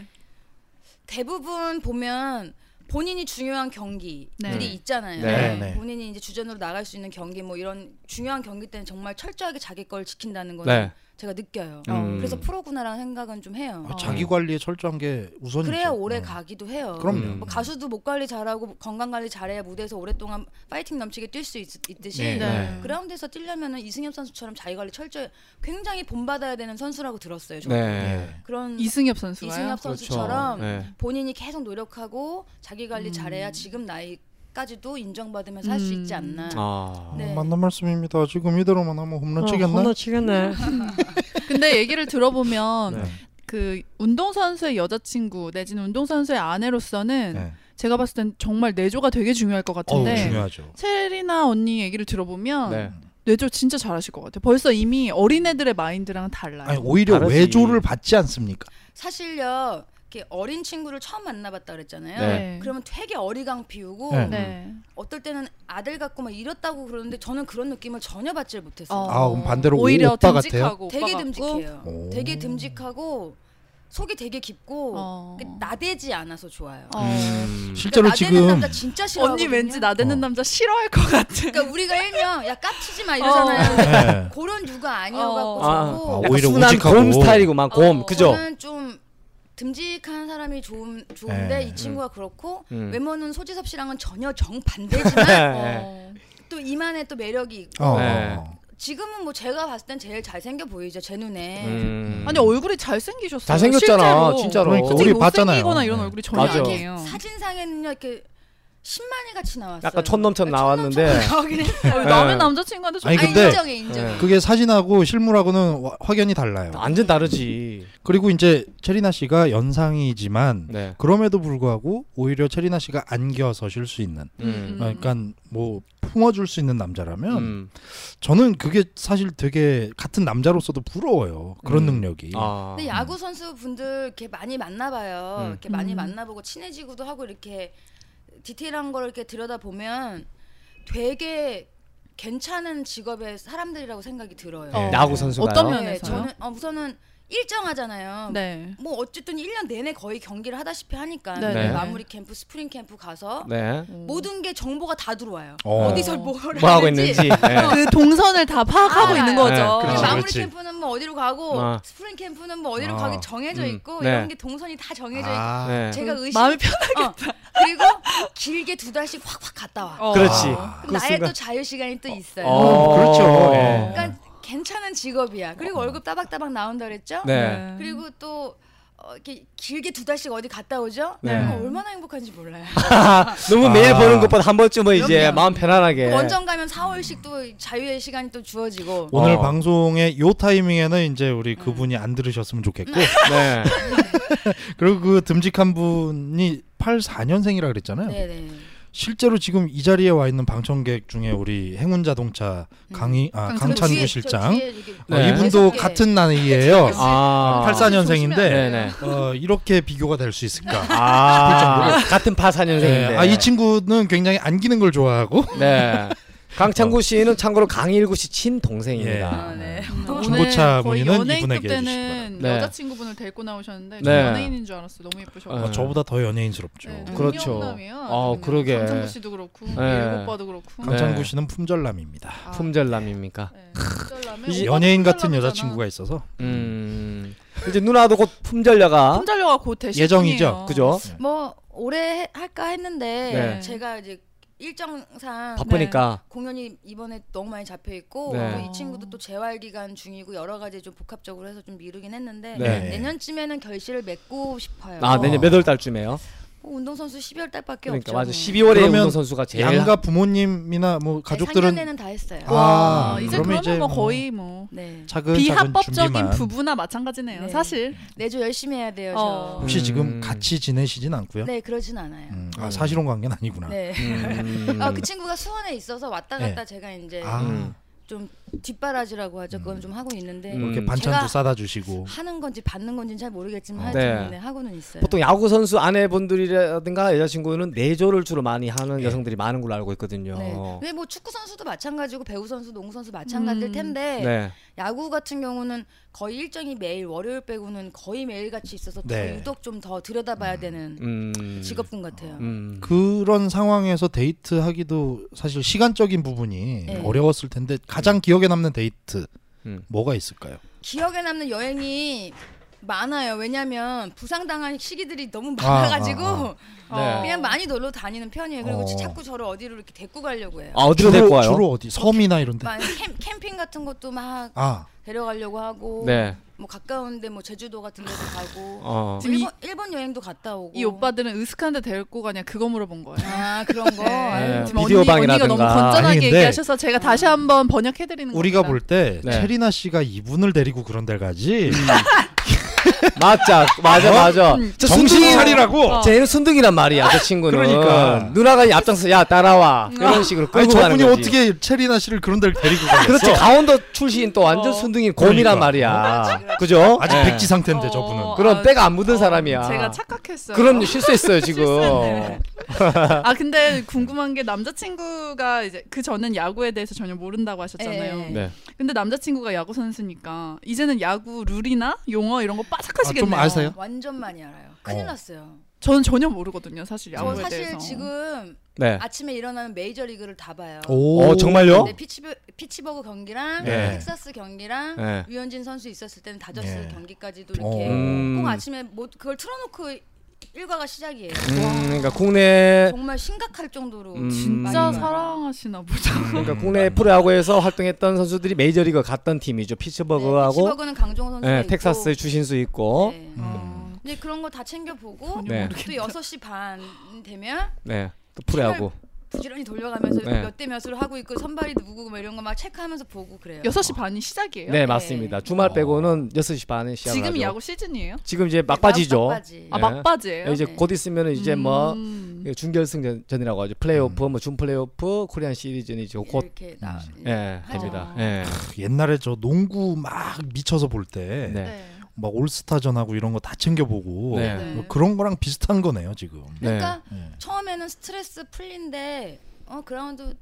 Speaker 7: 대부분 보면 본인이 중요한 경기들이
Speaker 5: 네.
Speaker 7: 있잖아요.
Speaker 4: 네,
Speaker 6: 네.
Speaker 7: 본인이 이제 주전으로 나갈 수 있는 경기 뭐 이런 중요한 경기 때는 정말 철저하게 자기 걸 지킨다는 거는
Speaker 4: 네.
Speaker 7: 제가 느껴요.
Speaker 4: 음.
Speaker 7: 그래서 프로구나라는 생각은 좀 해요.
Speaker 6: 아, 자기 관리에 철저한 게 우선이죠.
Speaker 7: 어. 그래야 오래
Speaker 6: 음.
Speaker 7: 가기도 해요.
Speaker 6: 그럼요.
Speaker 4: 음.
Speaker 7: 뭐 가수도 목 관리 잘하고 건강 관리 잘해야 무대에서 오랫동안 파이팅 넘치게 뛸 수 있듯이
Speaker 6: 네.
Speaker 5: 네.
Speaker 7: 그라운드에서 뛰려면은 이승엽 선수처럼 자기 관리 철저히 굉장히 본받아야 되는 선수라고 들었어요. 저는.
Speaker 6: 예.
Speaker 4: 네.
Speaker 7: 그런
Speaker 5: 이승엽
Speaker 6: 그렇죠.
Speaker 5: 선수가요.
Speaker 7: 이승엽 선수처럼
Speaker 4: 그렇죠. 네.
Speaker 5: 음.
Speaker 7: 본인이 계속 노력하고 자기 관리 잘해야 지금 나이 까지도 인정받으면서 할 수 있지
Speaker 5: 음.
Speaker 7: 않나.
Speaker 4: 아.
Speaker 7: 네. 어,
Speaker 6: 맞는 말씀입니다. 지금 이대로만 하면 홈런 치겠나?
Speaker 8: 혼나 치겠네.
Speaker 5: 근데 얘기를 들어보면
Speaker 6: 네.
Speaker 5: 그 운동선수의 여자친구 내지는 운동선수의 아내로서는
Speaker 6: 네.
Speaker 5: 제가 봤을 땐 정말 내조가 되게 중요할 것
Speaker 6: 어우
Speaker 5: 같은데
Speaker 6: 중요하죠.
Speaker 5: 체리나 언니 얘기를 들어보면
Speaker 4: 네.
Speaker 5: 뇌조 진짜 잘하실 것 같아요. 벌써 이미 어린애들의 마인드랑 달라요.
Speaker 6: 아니 오히려
Speaker 4: 다르지.
Speaker 6: 외조를 받지 않습니까?
Speaker 7: 사실요, 이렇게 어린 친구를 처음 만나봤다 그랬잖아요.
Speaker 4: 네.
Speaker 7: 그러면 되게 어리광 피우고
Speaker 6: 네.
Speaker 5: 네.
Speaker 7: 어떨 때는 아들 같고 막 이렇다고 그러는데 저는 그런 느낌을 전혀 받질 못했어요.
Speaker 5: 어.
Speaker 6: 아 그럼 반대로 오
Speaker 5: 오히려
Speaker 6: 오빠 같아요.
Speaker 5: 듬직하고
Speaker 7: 되게
Speaker 5: 어. 오빠 같고.
Speaker 7: 듬직해요.
Speaker 6: 오.
Speaker 7: 되게 듬직하고 속이 되게 깊고
Speaker 5: 어.
Speaker 7: 이렇게 나대지 않아서 좋아요. 그러니까
Speaker 5: 어.
Speaker 4: 음.
Speaker 6: 실제로
Speaker 7: 나대는
Speaker 6: 지금
Speaker 7: 남자 진짜 싫어.
Speaker 5: 언니 왠지 나대는
Speaker 6: 어.
Speaker 5: 남자 싫어할 것 같아.
Speaker 7: 그러니까 우리가 일명 야 까치지 마 이러잖아요. 근데
Speaker 6: 네.
Speaker 7: 그런 유가 아니어갖고
Speaker 5: 어.
Speaker 7: 저도
Speaker 6: 아,
Speaker 4: 약간
Speaker 6: 오히려
Speaker 4: 순한
Speaker 6: 우직하고.
Speaker 4: 곰 스타일이구만 곰
Speaker 5: 어.
Speaker 4: 그죠?
Speaker 7: 저는 좀 듬직한 사람이 좋은, 좋은데
Speaker 6: 네.
Speaker 7: 이 친구가 그렇고
Speaker 4: 음.
Speaker 7: 외모는 소지섭 씨랑은 전혀 정반대지만
Speaker 6: 네.
Speaker 5: 어.
Speaker 7: 또 이만의 또 매력이 있고
Speaker 6: 어.
Speaker 4: 네.
Speaker 7: 지금은 뭐 제가 봤을 땐 제일 잘생겨 보이죠 제 눈에
Speaker 4: 음.
Speaker 5: 아니 얼굴이 잘생기셨어요.
Speaker 4: 잘생겼잖아
Speaker 5: 실제로.
Speaker 4: 진짜로.
Speaker 6: 그러니까
Speaker 5: 솔직히
Speaker 6: 우리 봤잖아요.
Speaker 5: 못생기거나 이런
Speaker 6: 네.
Speaker 5: 얼굴이 전혀
Speaker 4: 맞아.
Speaker 5: 니에요
Speaker 7: 사진상에는요 이렇게 신만이 같이 나왔어요
Speaker 4: 약간 촌놈처럼 나왔는데.
Speaker 7: 나오긴 했어요
Speaker 5: 남의 남자친구한테 좀
Speaker 6: 네. 아니, 그
Speaker 7: 아
Speaker 6: 근데-
Speaker 7: 인정해 인정해
Speaker 6: 그게 사진하고 실물하고는 와- 확연히 달라요.
Speaker 4: 완전 다르지.
Speaker 6: 그리고 이제 체리나 씨가 연상이지만
Speaker 4: 네.
Speaker 6: 그럼에도 불구하고 오히려 체리나 씨가 안겨서 쉴 수 있는
Speaker 5: 음.
Speaker 6: 아, 그러니까 뭐 품어줄 수 있는 남자라면
Speaker 4: 음.
Speaker 6: 저는 그게 사실 되게 같은 남자로서도 부러워요. 그런
Speaker 4: 음.
Speaker 6: 능력이.
Speaker 4: 아.
Speaker 7: 근데 야구 선수 분들 이렇게 많이 만나봐요
Speaker 4: 음.
Speaker 7: 이렇게 많이
Speaker 5: 음.
Speaker 7: 만나보고 친해지기도 하고 이렇게 디테일한 걸 이렇게 들여다 보면 되게 괜찮은 직업의 사람들이라고 생각이 들어요
Speaker 5: 어.
Speaker 4: 야구 선수가요?
Speaker 5: 어떤
Speaker 7: 네,
Speaker 5: 면에서요?
Speaker 7: 저는 어, 우선은 일정하잖아요
Speaker 5: 네.
Speaker 7: 뭐 어쨌든 1년 내내 거의 경기를 하다시피 하니까
Speaker 5: 네,
Speaker 7: 그
Speaker 4: 네.
Speaker 7: 마무리 캠프, 스프링 캠프 가서
Speaker 4: 네.
Speaker 7: 모든 게 정보가 다 들어와요.
Speaker 6: 어.
Speaker 7: 어. 디서 뭘
Speaker 4: 뭐 하고
Speaker 7: 하는지.
Speaker 4: 있는지. 네.
Speaker 5: 그 동선을 다 파악하고
Speaker 7: 아,
Speaker 5: 있는
Speaker 7: 네.
Speaker 5: 거죠.
Speaker 4: 네,
Speaker 7: 근데
Speaker 4: 그렇지,
Speaker 7: 마무리
Speaker 6: 그렇지.
Speaker 7: 캠프는 뭐 어디로 가고
Speaker 4: 아.
Speaker 7: 스프링 캠프는 뭐 어디로
Speaker 6: 아.
Speaker 7: 가기 정해져
Speaker 4: 음.
Speaker 7: 있고
Speaker 4: 네.
Speaker 7: 이런 게 동선이 다 정해져 있고
Speaker 6: 아,
Speaker 4: 네.
Speaker 7: 제가 의심
Speaker 5: 마음이 편.
Speaker 7: 어. 그리고 길게 두 달씩 확확 갔다 와.
Speaker 5: 어.
Speaker 4: 그렇지.
Speaker 7: 그럼 나의 또 자유 시간이 또 있어요.
Speaker 4: 어.
Speaker 6: 그렇죠.
Speaker 4: 네.
Speaker 7: 그러니까 괜찮은 직업이야. 그리고 월급 따박따박 나온다 그랬죠?
Speaker 4: 네.
Speaker 7: 그리고 또 어, 이렇게 길게 두 달씩 어디 갔다 오죠?
Speaker 4: 네.
Speaker 7: 그럼 얼마나 행복한지 몰라요.
Speaker 4: 너무 매일
Speaker 6: 아.
Speaker 4: 보는 것보다 한 번쯤은 이제
Speaker 7: 그럼요.
Speaker 4: 마음 편안하게.
Speaker 7: 원정 가면 4월씩 또 자유의 시간이 또 주어지고
Speaker 6: 오늘
Speaker 4: 어.
Speaker 6: 방송의 요 타이밍에는 이제 우리
Speaker 7: 음.
Speaker 6: 그분이 안 들으셨으면 좋겠고
Speaker 4: 네.
Speaker 6: 그리고 그 듬직한 분이 84년생이라 그랬잖아요.
Speaker 7: 네네
Speaker 6: 실제로 지금 이 자리에 와 있는 방청객 중에 우리 행운자동차 강희 아,
Speaker 5: 강찬구
Speaker 7: 저 뒤에,
Speaker 6: 강찬구
Speaker 7: 음. 저
Speaker 6: 실장
Speaker 7: 뒤에 저기
Speaker 6: 어,
Speaker 4: 네.
Speaker 6: 이분도
Speaker 7: 계속해.
Speaker 6: 같은 나이예요.
Speaker 4: 아.
Speaker 6: 84년생인데
Speaker 4: 네네.
Speaker 6: 어, 이렇게 비교가 될 수 있을까?
Speaker 4: 아. 같은 파사년생인데.
Speaker 6: 아 이 친구는 굉장히 안기는 걸 좋아하고
Speaker 4: 네. 강창구 씨는 참고로 강일구 씨 친동생입니다.
Speaker 7: 아, 네.
Speaker 6: 중고차
Speaker 5: 오늘 거의
Speaker 6: 문의는
Speaker 5: 연예인급
Speaker 6: 이분에게 해주시기
Speaker 5: 되는
Speaker 4: 바랍니다.
Speaker 5: 여자친구분을 데리고 나오셨는데
Speaker 4: 네.
Speaker 5: 저 연예인인 줄 알았어. 너무 예쁘셔.
Speaker 4: 네.
Speaker 6: 어, 저보다 더 연예인스럽죠.
Speaker 5: 네,
Speaker 4: 그렇죠.
Speaker 5: 능력남이에요.
Speaker 4: 아,
Speaker 5: 아주 그냥.
Speaker 4: 그러게.
Speaker 5: 강창구 씨도 그렇고
Speaker 4: 네.
Speaker 5: 예일 오빠도 그렇고.
Speaker 4: 네.
Speaker 6: 강창구 씨는 품절남입니다.
Speaker 5: 아,
Speaker 4: 품절남입니까?
Speaker 5: 네. 품절남에
Speaker 4: 이
Speaker 5: 오빠도
Speaker 6: 연예인 같은
Speaker 5: 품절남이잖아.
Speaker 6: 여자친구가 있어서
Speaker 4: 음. 이제 누나도 곧 품절녀가
Speaker 5: 품절녀가 곧 되실
Speaker 6: 예정이죠?
Speaker 5: 분이에요.
Speaker 4: 그죠?
Speaker 7: 뭐 올해 해- 할까 했는데
Speaker 4: 네.
Speaker 7: 제가 이제 일정상
Speaker 4: 바쁘니까.
Speaker 7: 공연이 이번에 너무 많이 잡혀 있고
Speaker 4: 네.
Speaker 7: 또 이 친구도 또 재활 기간 중이고 여러 가지 좀 복합적으로 해서 좀 미루긴 했는데
Speaker 4: 네.
Speaker 7: 내년쯤에는 결실을 맺고 네. 싶어요.
Speaker 4: 아 내년 몇월 달쯤에요?
Speaker 7: 뭐 운동선수 12월 달밖에
Speaker 4: 그러니까
Speaker 7: 없죠.
Speaker 4: 맞아.
Speaker 7: 뭐.
Speaker 4: 12월에
Speaker 6: 그러면
Speaker 4: 운동 선수가 제일
Speaker 6: 양가 부모님이나 뭐
Speaker 7: 네,
Speaker 6: 가족들은
Speaker 7: 상견례는 다 했어요.
Speaker 4: 아.
Speaker 5: 와, 이제
Speaker 6: 그러면
Speaker 5: 그러면
Speaker 6: 이제
Speaker 5: 뭐
Speaker 6: 뭐
Speaker 5: 거의 뭐
Speaker 7: 네.
Speaker 6: 작은
Speaker 5: 비합법적인
Speaker 6: 작은 준비만.
Speaker 5: 부부나 마찬가지네요.
Speaker 7: 네.
Speaker 5: 사실
Speaker 7: 내조 열심히 해야 돼요.
Speaker 5: 어.
Speaker 6: 혹시
Speaker 4: 음.
Speaker 6: 지금 같이 지내시진 않고요?
Speaker 7: 저. 네, 그러진 않아요.
Speaker 6: 음, 아 사실혼 관계는 아니구나.
Speaker 7: 네.
Speaker 4: 음. 네.
Speaker 7: 아, 그 친구가 수원에 있어서 왔다 갔다 제가 이제
Speaker 6: 아
Speaker 4: 음.
Speaker 7: 좀 뒷바라지라고 하죠. 그건 좀 하고 있는데
Speaker 4: 음.
Speaker 6: 이렇게
Speaker 7: 제가-
Speaker 6: 반찬도 싸다 주시고.
Speaker 7: 하는 건지 받는 건지는 잘 모르겠지만
Speaker 4: 어.
Speaker 7: 하여튼
Speaker 4: 네.
Speaker 7: 네. 하고는 있어요.
Speaker 4: 보통 야구 선수 아내분들이라든가 여자친구는 내조를 주로 많이
Speaker 6: 네.
Speaker 4: 하는 여성들이 많은 걸로 알고 있거든요.
Speaker 7: 네. 근데 뭐 축구 선수도 마찬가지고 배우 선수, 농구 선수 마찬가지일
Speaker 5: 음.
Speaker 7: 텐데
Speaker 4: 네.
Speaker 7: 야구 같은 경우는 거의 일정이 매일 월요일 빼고는 거의 매일 같이 있어서
Speaker 6: 네.
Speaker 7: 더 유독 좀 더 들여다봐야 되는
Speaker 4: 음.
Speaker 7: 직업군 같아요.
Speaker 4: 음.
Speaker 6: 그런 상황에서 데이트하기도 사실 시간적인 부분이
Speaker 7: 네.
Speaker 6: 어려웠을 텐데 가장 기억에 남는 데이트
Speaker 4: 음.
Speaker 6: 뭐가 있을까요?
Speaker 7: 기억에 남는 여행이 많아요. 왜냐하면 부상당한 시기들이 너무
Speaker 6: 아,
Speaker 7: 많아가지고 어,
Speaker 6: 아,
Speaker 5: 네.
Speaker 7: 그냥 많이 놀러 다니는 편이에요. 그리고
Speaker 6: 어.
Speaker 7: 자꾸 저를 어디로 이렇게 데리고 가려고 해요.
Speaker 4: 아 어디로
Speaker 6: 주로-
Speaker 4: 데리고 와요?
Speaker 6: 네. 주로 어디? 섬이나 이런데.
Speaker 7: 막 캠, 캠핑 같은 것도 막
Speaker 6: 아
Speaker 7: 데려가려고 하고
Speaker 4: 네.
Speaker 7: 뭐 가까운데 뭐 제주도 같은 데도 가고
Speaker 4: 어.
Speaker 5: 지금 이-
Speaker 7: 일본, 일본 여행도 갔다 오고
Speaker 5: 이 오빠들은 으슥한데 데리고 가냐 그거 물어본 거예요.
Speaker 7: 뭐. 아 그런 거
Speaker 5: 네.
Speaker 7: 아유,
Speaker 5: 지금
Speaker 4: 비디오
Speaker 5: 언니, 언니가
Speaker 4: 방이라든가.
Speaker 5: 너무 건전하게
Speaker 6: 아니, 근데
Speaker 5: 얘기하셔서 제가 다시 한번 번역해드리는
Speaker 6: 우리가
Speaker 5: 겁니다.
Speaker 6: 볼 때
Speaker 4: 네. 음.
Speaker 6: 체리나 씨가 이분을 데리고 그런 데를 가지
Speaker 4: 맞자 맞아 맞아
Speaker 5: 음.
Speaker 4: 저
Speaker 6: 어? 정신
Speaker 4: 순둥이-
Speaker 6: 차리라고
Speaker 5: 어.
Speaker 4: 쟤는 순둥이란 말이야 저 친구는
Speaker 6: 그러니까. 음.
Speaker 4: 누나가 이 앞장서 야 따라와 이런 식으로
Speaker 6: 아니
Speaker 4: 끌고 가는
Speaker 6: 저분이
Speaker 4: 거지 그렇죠.
Speaker 6: 어떻게 체리나 씨를 그런 데를 데리고 가겠어
Speaker 4: 그렇지 강원도 출신 또 완전
Speaker 5: 어.
Speaker 4: 순둥이
Speaker 6: 그러니까.
Speaker 4: 곰이란 말이야 그죠
Speaker 6: 아직
Speaker 4: 예.
Speaker 6: 백지 상태인데 저분은
Speaker 5: 어,
Speaker 4: 그럼
Speaker 5: 아,
Speaker 4: 때가 안 묻은
Speaker 5: 어,
Speaker 4: 사람이야
Speaker 5: 제가 착각했어요.
Speaker 4: 그럼 실수했어요 지금
Speaker 5: 실수했네. 아 근데 궁금한 게 남자친구가 이제 그 전엔 야구에 대해서 전혀 모른다고 하셨잖아요.
Speaker 7: 예, 예.
Speaker 4: 네.
Speaker 5: 근데 남자친구가 야구 선수니까 이제는 야구 룰이나 용어 이런 거 빠삭하시겠네요.
Speaker 6: 아, 좀 아세요?
Speaker 7: 어, 완전 많이 알아요 큰일
Speaker 6: 어.
Speaker 7: 났어요
Speaker 5: 저는 전혀 모르거든요, 사실
Speaker 7: 저
Speaker 5: 야구에
Speaker 7: 사실
Speaker 5: 어, 대해서.
Speaker 7: 지금
Speaker 4: 네.
Speaker 7: 아침에 일어나면 메이저 리그를 다 봐요
Speaker 6: 오,
Speaker 4: 어, 정말요?
Speaker 7: 네, 피치버, 피치버그 경기랑
Speaker 4: 네.
Speaker 7: 텍사스 경기랑
Speaker 4: 네.
Speaker 7: 유현진 선수 있었을 때는 다저스
Speaker 6: 네.
Speaker 7: 경기까지도
Speaker 6: 어.
Speaker 7: 이렇게
Speaker 4: 음,
Speaker 7: 꼭 아침에 뭐 그걸 틀어놓고 일과가 시작이에요.
Speaker 4: 음, 그러니까 국내
Speaker 7: 정말 심각할 정도로
Speaker 4: 음.
Speaker 7: 많이
Speaker 5: 진짜
Speaker 7: 봐요.
Speaker 5: 사랑하시나 보죠.
Speaker 4: 그러니까 국내 프로야구에서 활동했던 선수들이 메이저리그 갔던 팀이죠
Speaker 7: 네,
Speaker 4: 피츠버그하고
Speaker 7: 피치버그는 강정호 선수
Speaker 4: 예,
Speaker 7: 있고
Speaker 4: 텍사스의 주신수 있고
Speaker 7: 네.
Speaker 6: 음.
Speaker 7: 근데 그런 거 다 챙겨 보고
Speaker 5: 전혀
Speaker 4: 네.
Speaker 7: 또
Speaker 5: 모르겠어요.
Speaker 7: 6시 반 되면
Speaker 4: 네. 또 프로야구
Speaker 7: 부지런히 돌려가면서
Speaker 4: 네.
Speaker 7: 몇 대 몇으로 하고 있고 선발이 누구고 막 이런 거 막 체크하면서 보고 그래요. 네,
Speaker 5: 여섯 시 반이 시작이에요?
Speaker 4: 네 맞습니다 주말 빼고는 6시 반에 시작하죠
Speaker 5: 지금 야구 시즌이에요?
Speaker 4: 지금
Speaker 7: 네,
Speaker 4: 이제 막바지죠
Speaker 7: 막바지.
Speaker 5: 아
Speaker 4: 예.
Speaker 5: 막바지예요?
Speaker 4: 이제
Speaker 7: 네.
Speaker 4: 곧 있으면 이제 뭐
Speaker 5: 음.
Speaker 4: 예, 준결승전이라고 하죠 플레이오프 뭐 준플레이오프 코리안 시리즈는 이제 곧
Speaker 7: 네, 이렇게 나.
Speaker 4: 예,
Speaker 7: 하죠. 아.
Speaker 4: 됩니다 예.
Speaker 6: 아, 옛날에 저 농구 막 미쳐서 볼 때 막
Speaker 4: 네.
Speaker 5: 네.
Speaker 6: 올스타전하고 이런 거 다 챙겨보고
Speaker 4: 네.
Speaker 5: 네.
Speaker 6: 뭐 그런 거랑 비슷한 거네요 지금.
Speaker 7: 그러니까
Speaker 6: 네.
Speaker 7: 처음에는 스트레스 풀린데 어 그라운드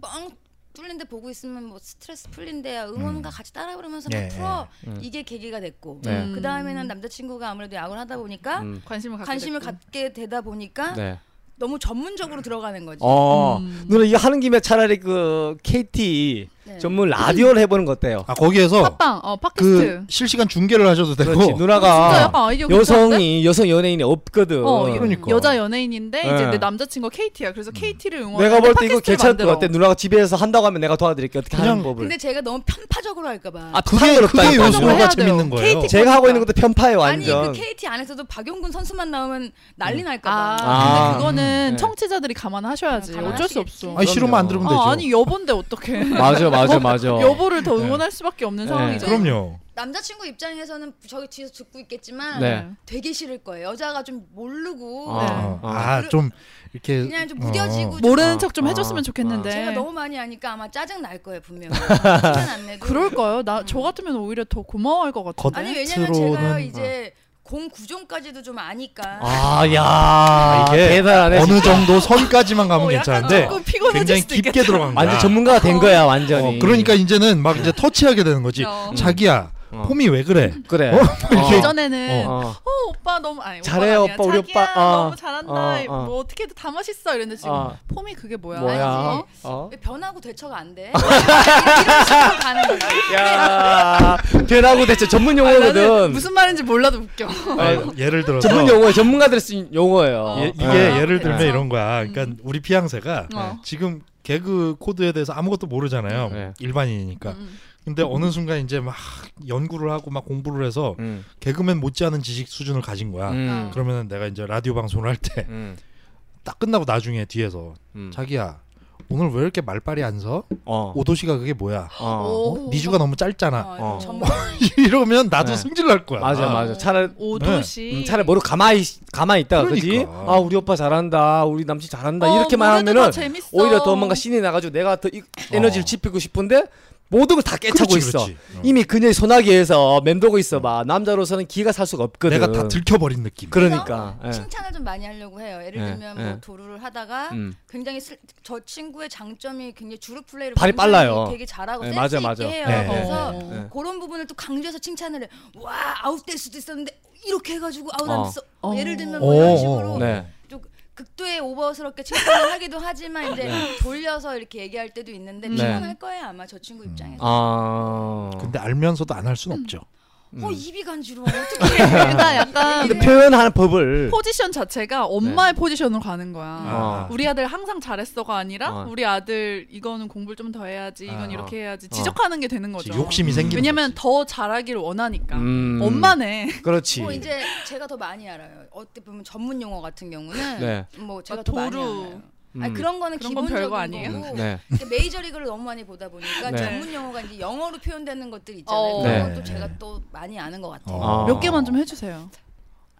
Speaker 7: 딱뻥 뚫린데 보고 있으면 뭐 스트레스 풀린데 응원가 같이 따라 부르면서 막
Speaker 6: 예,
Speaker 7: 풀어
Speaker 4: 예. 음.
Speaker 7: 이게 계기가 됐고
Speaker 4: 네.
Speaker 5: 음.
Speaker 7: 그 다음에는 남자친구가 아무래도 야구를 하다 보니까
Speaker 4: 음.
Speaker 5: 관심을 갖게
Speaker 7: 관심을
Speaker 5: 됐고.
Speaker 7: 갖게 되다 보니까
Speaker 4: 네.
Speaker 7: 너무 전문적으로 들어가는 거지.
Speaker 4: 어
Speaker 5: 음.
Speaker 4: 누나 이거 하는 김에 차라리 그 KT
Speaker 7: 네.
Speaker 4: 전문 라디오를 해보는 거 어때요?
Speaker 6: 아 거기에서
Speaker 5: 팟빵, 어 팟캐스트.
Speaker 6: 그 실시간 중계를 하셔도 되고
Speaker 4: 그렇지
Speaker 5: 진짜
Speaker 4: 누나가
Speaker 5: 약간 아이디어 괜찮은데?
Speaker 4: 여성이 여성 연예인이 없거든.
Speaker 5: 어, 여-
Speaker 6: 그러니까.
Speaker 5: 여자 연예인인데 이제
Speaker 4: 네.
Speaker 5: 내 남자친구가 KT야. 그래서 KT를 응원하는
Speaker 4: 내가 볼 때 이거
Speaker 5: 팟캐스트를
Speaker 4: 괜찮을 것
Speaker 5: 만들어.
Speaker 4: 같아. 누나가 집에서 한다고 하면 내가 도와드릴게 어떻게 하는
Speaker 6: 그냥-
Speaker 4: 법을.
Speaker 7: 근데 제가 너무 편파적으로 할까 봐.
Speaker 4: 아
Speaker 6: 그게 그게
Speaker 4: 편가롭다니까.
Speaker 5: 요즘-
Speaker 6: 요소가
Speaker 5: 해야 돼요.
Speaker 6: 재밌는 거예요.
Speaker 5: KT
Speaker 4: 제가 하고 있는 것도 편파예
Speaker 7: 아니
Speaker 4: 완전.
Speaker 7: 그 KT 안에서도 박용근 선수만 나오면 난리 날까
Speaker 5: 아,
Speaker 7: 봐.
Speaker 4: 아.
Speaker 5: 근데 그거는
Speaker 4: 네.
Speaker 5: 청취자들이 감안하셔야지. 어쩔 수
Speaker 7: 아, 감안하시겠지.
Speaker 5: 없어.
Speaker 6: 아니 싫으면 안 들으면 되죠.
Speaker 5: 어, 아니 여본데 어떻게?
Speaker 4: 맞아 맞아 맞아.
Speaker 5: 여보를 더 응원할 수밖에 없는
Speaker 4: 그러니까. 네.
Speaker 5: 상황이죠.
Speaker 6: 그럼요.
Speaker 7: 남자친구 입장에서는 저기 뒤에서 듣고 있겠지만
Speaker 4: 네.
Speaker 7: 되게 싫을 거예요. 여자가 좀 모르고
Speaker 5: 네.
Speaker 4: 아.
Speaker 6: 어.
Speaker 4: 어.
Speaker 6: 아좀 이렇게
Speaker 7: 그냥 좀 무뎌지고 좀
Speaker 5: 어. 모르는 척 좀
Speaker 4: 아,
Speaker 5: 해줬으면 좋겠는데.
Speaker 7: 제가 너무 많이 아니까 아마 짜증 날 거예요 분명히. 시간 안 내도.
Speaker 5: 그럴까요? 나 저 같으면 오히려 더 고마워할 것 같은데.
Speaker 7: 아니 왜냐면
Speaker 6: 스스로는-
Speaker 7: 제가 이제 공 구종까지도 좀 아니까.
Speaker 4: 아야
Speaker 6: 아, 이게
Speaker 4: 대단하네.
Speaker 6: 어느 정도 선까지만 가면
Speaker 5: 어, 약간
Speaker 6: 괜찮은데
Speaker 5: 조금 피곤해질
Speaker 6: 굉장히
Speaker 5: 수도
Speaker 6: 깊게
Speaker 5: 있겠다.
Speaker 6: 들어간 거야.
Speaker 4: 완전 전문가가 된 거야 완전히.
Speaker 6: 아. 어, 그러니까 이제는 막 이제 터치하게 되는 거지.
Speaker 5: 어.
Speaker 6: 자기야
Speaker 4: 어.
Speaker 6: 폼이 왜 그래?
Speaker 4: 그래.
Speaker 6: 어, 이렇게
Speaker 5: 예전에는
Speaker 6: 어.
Speaker 4: 어.
Speaker 5: 어, 오빠 너무 아니
Speaker 4: 잘해요,
Speaker 5: 오빠가 아니라
Speaker 4: 오빠, 우리
Speaker 5: 자기야,
Speaker 4: 오빠. 어,
Speaker 5: 너무 잘한다
Speaker 4: 어, 어.
Speaker 5: 뭐 어떻게든 다 멋있어 이랬는데 지금
Speaker 4: 어.
Speaker 5: 폼이 그게 뭐야
Speaker 4: 뭐야?
Speaker 7: 아니지.
Speaker 4: 어?
Speaker 7: 왜 변하고 대처가 안 돼? 이런 식으로 가는 거야.
Speaker 4: 야 대라고 대체 전문
Speaker 5: 아니, 나는
Speaker 4: 용어거든. 네. 어,
Speaker 5: 무슨 말인지 몰라도 웃겨
Speaker 6: 아, 예를 들어서
Speaker 4: 전문 용어 전문가들 쓴 용어예요. 네.
Speaker 6: 예, 이게
Speaker 5: 아,
Speaker 6: 예를 들면
Speaker 5: 그래서.
Speaker 6: 이런 거야. 그러니까 우리 피양새가
Speaker 5: 음. 어.
Speaker 6: 지금 개그 코드에 대해서 아무것도 모르잖아요.
Speaker 4: 네.
Speaker 6: 일반인이니까.
Speaker 5: 음.
Speaker 6: 근데 어느 순간 이제 막 연구를 하고 막 공부를 해서
Speaker 4: 음.
Speaker 6: 개그맨 못지않은 지식 수준을 가진 거야.
Speaker 4: 음.
Speaker 6: 그러면 내가 이제 라디오 방송을 할 때 딱
Speaker 4: 음.
Speaker 6: 끝나고 나중에 뒤에서
Speaker 4: 음.
Speaker 6: 자기야 오늘 왜 이렇게 말빨이 안 서?
Speaker 4: 어.
Speaker 6: 오도시가 그게 뭐야?
Speaker 4: 어.
Speaker 6: 어?
Speaker 5: 오.
Speaker 6: 미주가 너무
Speaker 7: 어,
Speaker 6: 짧잖아.
Speaker 4: 어.
Speaker 7: 전문
Speaker 6: 이러면 나도
Speaker 4: 네.
Speaker 6: 승질 날 거야.
Speaker 4: 맞아 맞아. 차라리
Speaker 5: 오도시
Speaker 4: 네. 음, 차라리 모르고 가만히 가만히 있다가 그지
Speaker 6: 그러니까.
Speaker 4: 아 우리 오빠 잘한다 우리 남친 잘한다
Speaker 5: 어,
Speaker 4: 이렇게만
Speaker 5: 모래도 더
Speaker 4: 하면은
Speaker 5: 재밌어.
Speaker 4: 오히려 더 뭔가 신이 나가지고 내가 더 이, 에너지를 지피고 싶은데 모든 걸 다 깨차고
Speaker 6: 어. 그렇지,
Speaker 4: 있어
Speaker 6: 그렇지. 어.
Speaker 4: 이미 그녀의 소나기에서 맴돌고 있어 봐 남자로서는 기가 살 수가 없거든
Speaker 6: 내가 다 들켜버린 느낌.
Speaker 4: 그러니까 예.
Speaker 7: 칭찬을 좀 많이 하려고 해요. 예를
Speaker 4: 예,
Speaker 7: 들면 뭐
Speaker 4: 예.
Speaker 7: 도루를 하다가
Speaker 4: 음.
Speaker 7: 굉장히 슬, 저 친구의 장점이 굉장히 주루 플레이를
Speaker 4: 발이
Speaker 7: 굉장히
Speaker 4: 빨라요.
Speaker 7: 되게 잘하고
Speaker 4: 네, 맞아,
Speaker 7: 센스 있게
Speaker 4: 맞아.
Speaker 7: 해요.
Speaker 6: 네,
Speaker 7: 그래서
Speaker 5: 네,
Speaker 4: 네.
Speaker 7: 그런 부분을 또 강조해서 칭찬을 해. 와 아웃될 수도 있었는데 이렇게 해가지고 아웃 안
Speaker 4: 어.
Speaker 7: 됐어.
Speaker 5: 어.
Speaker 7: 예를 들면 뭐 이런
Speaker 6: 어,
Speaker 7: 식으로
Speaker 6: 어,
Speaker 4: 네.
Speaker 7: 좀 극도의 오버스럽게 칭찬을 하기도 하지만 이제
Speaker 4: 네.
Speaker 7: 돌려서 이렇게 얘기할 때도
Speaker 4: 음.
Speaker 7: 있는데
Speaker 5: 네.
Speaker 7: 피곤할 거예요 아마 저 친구 입장에서.
Speaker 4: 아
Speaker 6: 그 근데 알면서도 안 할 순 없죠.
Speaker 7: 어
Speaker 4: 음.
Speaker 7: 입이 간지러워 어떡해
Speaker 5: 그러니까 약간 그
Speaker 4: 근데 네. 표현하는 법을
Speaker 5: 포지션 자체가 엄마의 포지션으로 가는 거야.
Speaker 4: 어.
Speaker 5: 우리 아들 항상 잘했어가 아니라
Speaker 4: 어.
Speaker 5: 우리 아들 이거는 공부를 좀 더 해야지 이건
Speaker 6: 아, 어.
Speaker 5: 이렇게 해야지 지적하는 게 되는 거죠.
Speaker 6: 욕심이
Speaker 4: 음.
Speaker 6: 생기는
Speaker 5: 왜냐면 더 잘하기를 원하니까
Speaker 4: 음.
Speaker 5: 엄마네.
Speaker 4: 그렇지.
Speaker 7: 뭐 이제 제가 더 많이 알아요 어때 보면 전문 용어 같은 경우는
Speaker 4: 네.
Speaker 7: 뭐 제가
Speaker 5: 아,
Speaker 7: 더 많이
Speaker 5: 도루.
Speaker 7: 알아요 아니
Speaker 4: 음.
Speaker 7: 그런
Speaker 5: 그런 건
Speaker 7: 거는 뭐 기본적인
Speaker 5: 별거 아니에요?
Speaker 7: 거고
Speaker 4: 네.
Speaker 7: 이제 메이저리그를 너무 많이 보다 보니까
Speaker 4: 네.
Speaker 7: 전문 용어가 이제 영어로 표현되는 것들 있잖아요
Speaker 5: 어.
Speaker 7: 그런
Speaker 6: 네.
Speaker 7: 것도 제가 또 많이 아는 것 같아요
Speaker 4: 어.
Speaker 5: 몇 개만 좀 해주세요.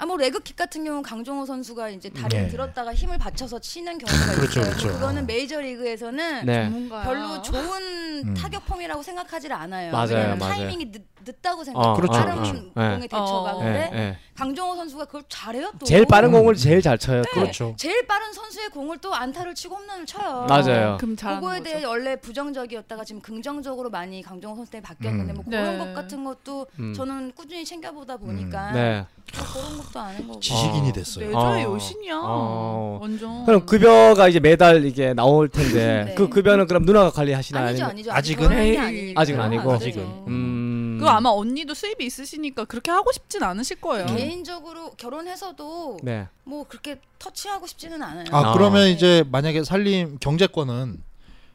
Speaker 7: 아 뭐 레그킥 같은 경우 는 강정호 선수가 이제 다리를
Speaker 6: 네.
Speaker 7: 들었다가 힘을 받쳐서 치는 경우가
Speaker 6: 그렇죠,
Speaker 7: 있어요.
Speaker 6: 그렇죠.
Speaker 7: 그거는 메이저 리그에서는
Speaker 4: 네.
Speaker 5: 전문가야.
Speaker 7: 별로 좋은
Speaker 6: 음.
Speaker 7: 타격폼이라고 생각하지 않아요.
Speaker 4: 맞아요,
Speaker 7: 왜냐면
Speaker 4: 맞아요.
Speaker 7: 타이밍이 늦, 늦다고 생각.
Speaker 4: 어,
Speaker 7: 해
Speaker 4: 그렇죠,
Speaker 7: 빠른
Speaker 4: 그렇죠.
Speaker 7: 공에 대처가
Speaker 5: 어.
Speaker 7: 근데
Speaker 4: 예, 예.
Speaker 7: 강정호 선수가 그걸 잘해요 또.
Speaker 4: 제일
Speaker 6: 음.
Speaker 4: 빠른 공을 제일 잘 쳐요. 또.
Speaker 5: 네.
Speaker 6: 그렇죠.
Speaker 7: 제일 빠른 선수의 공을 또 안타를 치고 홈런을 쳐요.
Speaker 4: 맞아요.
Speaker 5: 그럼 잘하는
Speaker 7: 그거에
Speaker 5: 거죠.
Speaker 7: 대해 원래 부정적이었다가 지금 긍정적으로 많이 강정호 선수 때문에 바뀌었는데
Speaker 6: 음.
Speaker 7: 뭐
Speaker 5: 네.
Speaker 7: 그런 것 같은 것도
Speaker 4: 음.
Speaker 7: 저는 꾸준히 챙겨보다 보니까
Speaker 4: 네.
Speaker 7: 뭐 그런 것도 아는 거고.
Speaker 6: 지식인이
Speaker 4: 어.
Speaker 6: 됐어요.
Speaker 5: 내조의
Speaker 4: 어.
Speaker 5: 여신이야.
Speaker 4: 어.
Speaker 5: 완전.
Speaker 4: 그럼 급여가 이제 매달 이게 나올 텐데
Speaker 7: 음. 네.
Speaker 4: 그 급여는 그럼 누나가 관리하시나요?
Speaker 7: 아니죠,
Speaker 4: 아니면-
Speaker 7: 아니죠.
Speaker 6: 아직은?
Speaker 7: 결혼한 게 아니니까.
Speaker 4: 아직은 아니고.
Speaker 7: 네.
Speaker 5: 아직은.
Speaker 4: 음.
Speaker 5: 그거 아마 언니도 수입이 있으시니까 그렇게 하고 싶진 않으실 거예요.
Speaker 6: 음.
Speaker 7: 개인적으로 결혼해서도
Speaker 4: 네.
Speaker 7: 뭐 그렇게 터치하고 싶지는 않아요.
Speaker 6: 아
Speaker 4: 아.
Speaker 6: 그러면 이제 만약에 살림 경제권은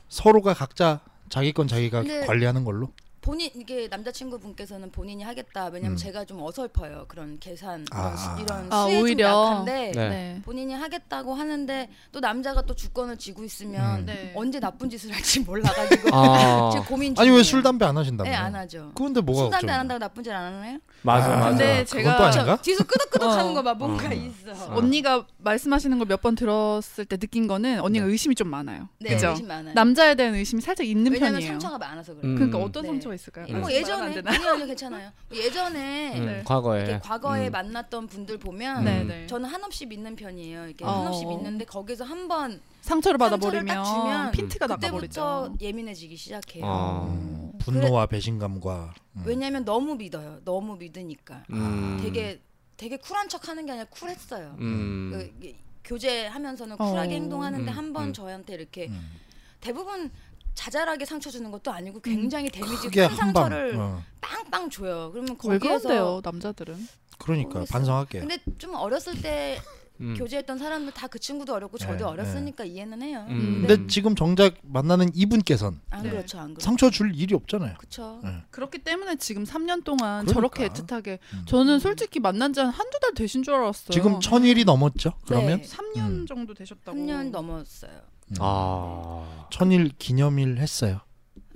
Speaker 6: 서로가 각자 자기 건 자기가
Speaker 7: 근데-
Speaker 6: 관리하는 걸로.
Speaker 7: 본인 이게 남자친구 분께서는 본인이 하겠다. 왜냐면
Speaker 6: 음.
Speaker 7: 제가 좀 어설퍼요. 그런 계산
Speaker 6: 아.
Speaker 7: 이런 수- 이런
Speaker 5: 아,
Speaker 7: 수에
Speaker 5: 오히려.
Speaker 7: 좀 약한데
Speaker 4: 네.
Speaker 5: 네.
Speaker 7: 본인이 하겠다고 하는데 또 남자가 또 주권을 쥐고 있으면
Speaker 6: 음.
Speaker 5: 네.
Speaker 7: 언제 나쁜 짓을 할지 몰라가지고
Speaker 4: 아.
Speaker 7: 지금 고민 중이에요.
Speaker 6: 아니 왜 술 담배 안 하신다고?
Speaker 7: 음. 네, 안 하죠.
Speaker 6: 그런데 뭐가
Speaker 7: 술 담배
Speaker 6: 걱정이야?
Speaker 7: 안 한다고 나쁜 짓 안 하나요?
Speaker 4: 맞아, 맞아.
Speaker 5: 근데
Speaker 7: 네,
Speaker 6: 그건 또
Speaker 5: 제가-
Speaker 6: 아닌가?
Speaker 7: 뒤에서 끄덕끄덕하는
Speaker 5: 어.
Speaker 7: 거 봐. 뭔가 있어.
Speaker 5: 언니가 말씀하시는 걸 몇 번 들었을 때 느낀 거는 언니가 의심이 좀 많아요.
Speaker 7: 네,
Speaker 5: 그죠?
Speaker 7: 의심 많아요.
Speaker 5: 남자에 대한 의심이 살짝 있는
Speaker 7: 왜냐면
Speaker 5: 편이에요.
Speaker 7: 상처가 많아서 그래요.
Speaker 4: 음.
Speaker 5: 그러니까 어떤
Speaker 7: 네.
Speaker 5: 상처가 있을까요?
Speaker 4: 음.
Speaker 7: 뭐
Speaker 5: 말하면 안
Speaker 7: 예전에
Speaker 5: 되나?
Speaker 7: 아니요 아니요 괜찮아요. 뭐 예전에
Speaker 4: 음,
Speaker 5: 네.
Speaker 4: 과거에.
Speaker 7: 이렇게 과거에
Speaker 4: 음.
Speaker 7: 만났던 분들 보면
Speaker 5: 네,
Speaker 4: 음.
Speaker 5: 네.
Speaker 7: 저는 한없이 믿는 편이에요. 이렇게
Speaker 5: 어.
Speaker 7: 한없이 믿는데 거기서 한번
Speaker 5: 상처를
Speaker 7: 상처를 딱
Speaker 5: 받아버리면
Speaker 7: 주면
Speaker 5: 핀트가
Speaker 7: 그때부터
Speaker 5: 나가버리죠.
Speaker 7: 예민해지기 시작해요.
Speaker 4: 어.
Speaker 6: 음, 분노와 배신감과 음.
Speaker 7: 왜냐면 너무 믿어요. 너무 믿으니까
Speaker 4: 음.
Speaker 7: 아, 되게 되게 쿨한 척하는 게 아니라 쿨했어요.
Speaker 4: 음.
Speaker 7: 그 이게 교제하면서는
Speaker 5: 어.
Speaker 7: 쿨하게 행동하는데
Speaker 4: 음,
Speaker 7: 한번
Speaker 4: 음.
Speaker 7: 저한테 이렇게
Speaker 6: 음.
Speaker 7: 대부분 자잘하게 상처 주는 것도
Speaker 5: 음.
Speaker 7: 아니고 굉장히 데미지
Speaker 6: 크게
Speaker 7: 큰
Speaker 6: 한방
Speaker 7: 상처를
Speaker 6: 어.
Speaker 7: 빵빵 줘요. 그러면
Speaker 5: 왜
Speaker 7: 거기에서
Speaker 5: 그런데요, 남자들은?
Speaker 6: 그러니까
Speaker 7: 모르겠어요.
Speaker 6: 반성할게요.
Speaker 7: 근데 좀 어렸을 때
Speaker 4: 음.
Speaker 7: 교제했던 사람들 다 그 친구도 어렸고 저도
Speaker 6: 네,
Speaker 7: 어렸으니까 이해는 해요.
Speaker 4: 음.
Speaker 6: 근데,
Speaker 5: 근데-
Speaker 6: 지금 정작 만나는 이분께선
Speaker 7: 안
Speaker 5: 네.
Speaker 7: 그렇죠, 안 그렇죠.
Speaker 6: 상처 줄 일이 없잖아요.
Speaker 7: 그렇죠.
Speaker 6: 네.
Speaker 5: 그렇기 때문에 지금 3년 동안
Speaker 6: 그러니까.
Speaker 5: 저렇게 애틋하게
Speaker 6: 음.
Speaker 5: 저는 솔직히 만난 지 한 한두 달 되신 줄 알았어요.
Speaker 6: 지금 천일이 넘었죠? 그러면
Speaker 7: 그렇죠. 네.
Speaker 5: 3년
Speaker 6: 음.
Speaker 5: 정도 되셨다고.
Speaker 7: 3년 넘었어요.
Speaker 6: 음.
Speaker 4: 아.
Speaker 6: 천일 기념일 했어요.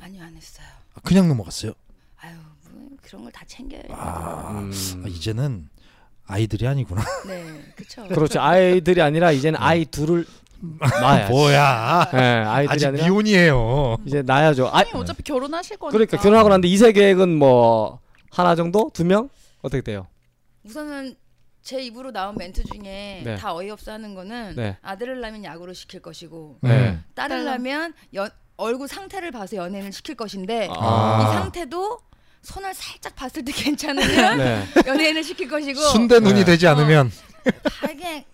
Speaker 7: 아니요, 안 했어요.
Speaker 6: 아, 그냥 넘어갔어요.
Speaker 7: 아유, 뭐 그런 걸 다 챙겨요.
Speaker 6: 아,
Speaker 4: 음.
Speaker 6: 아, 이제는 아이들이 아니구나.
Speaker 7: 네, 그렇죠.
Speaker 4: 그렇지. 아이들이 아니라 이제는 아이 둘을 낳아야지.
Speaker 6: 뭐야?
Speaker 4: 예, 아이들이
Speaker 6: 아직
Speaker 4: 아니라
Speaker 6: 미혼이에요.
Speaker 4: 이제 낳아야죠. 아,
Speaker 7: 그러니까.
Speaker 5: 아니 어차피 결혼하실 거니까.
Speaker 4: 그러니까 결혼하고 난데 이세 계획은 뭐 하나 정도? 두 명? 어떻게 돼요?
Speaker 7: 우선은 제 입으로 나온 멘트 중에
Speaker 4: 네.
Speaker 7: 다 어이없어 하는 거는
Speaker 4: 네.
Speaker 7: 아들을 낳으면 야구를 시킬 것이고
Speaker 4: 네.
Speaker 7: 딸을
Speaker 5: 딸은-
Speaker 7: 낳으면 연- 얼굴 상태를 봐서 연예인을 시킬 것인데
Speaker 4: 아.
Speaker 7: 이 상태도 손을 살짝 봤을 때 괜찮으면
Speaker 4: 네.
Speaker 7: 연예인을 시킬 것이고 아.
Speaker 6: 순대 눈이
Speaker 4: 네.
Speaker 6: 되지 않으면
Speaker 7: 다 이게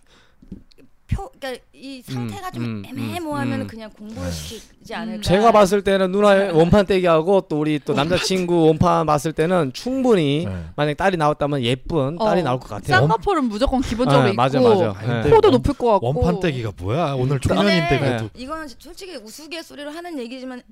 Speaker 7: 표 그러니까 이 상태가 좀
Speaker 4: 음, 음,
Speaker 7: 애매모하면
Speaker 4: 음.
Speaker 7: 그냥 공부를
Speaker 6: 음.
Speaker 7: 시키지 않을까
Speaker 4: 제가 봤을 때는 누나
Speaker 7: 네.
Speaker 4: 원판 떼기하고 또 우리 또 남자친구 원판 봤을 때는 충분히
Speaker 6: 네.
Speaker 4: 만약 딸이 나왔다면 예쁜 딸이
Speaker 5: 어,
Speaker 4: 나올 것 같아요.
Speaker 5: 쌍꺼풀은 무조건 기본적으로
Speaker 4: 네,
Speaker 5: 있고
Speaker 4: 맞아 맞아.
Speaker 6: 네.
Speaker 4: 네.
Speaker 5: 코도
Speaker 6: 원-
Speaker 5: 높을 것 같고.
Speaker 6: 원판 떼기가
Speaker 4: 음.
Speaker 6: 뭐야? 오늘
Speaker 7: 근데
Speaker 6: 중년인데 그래도
Speaker 7: 이거는 솔직히 우스갯소리로 하는 얘기지만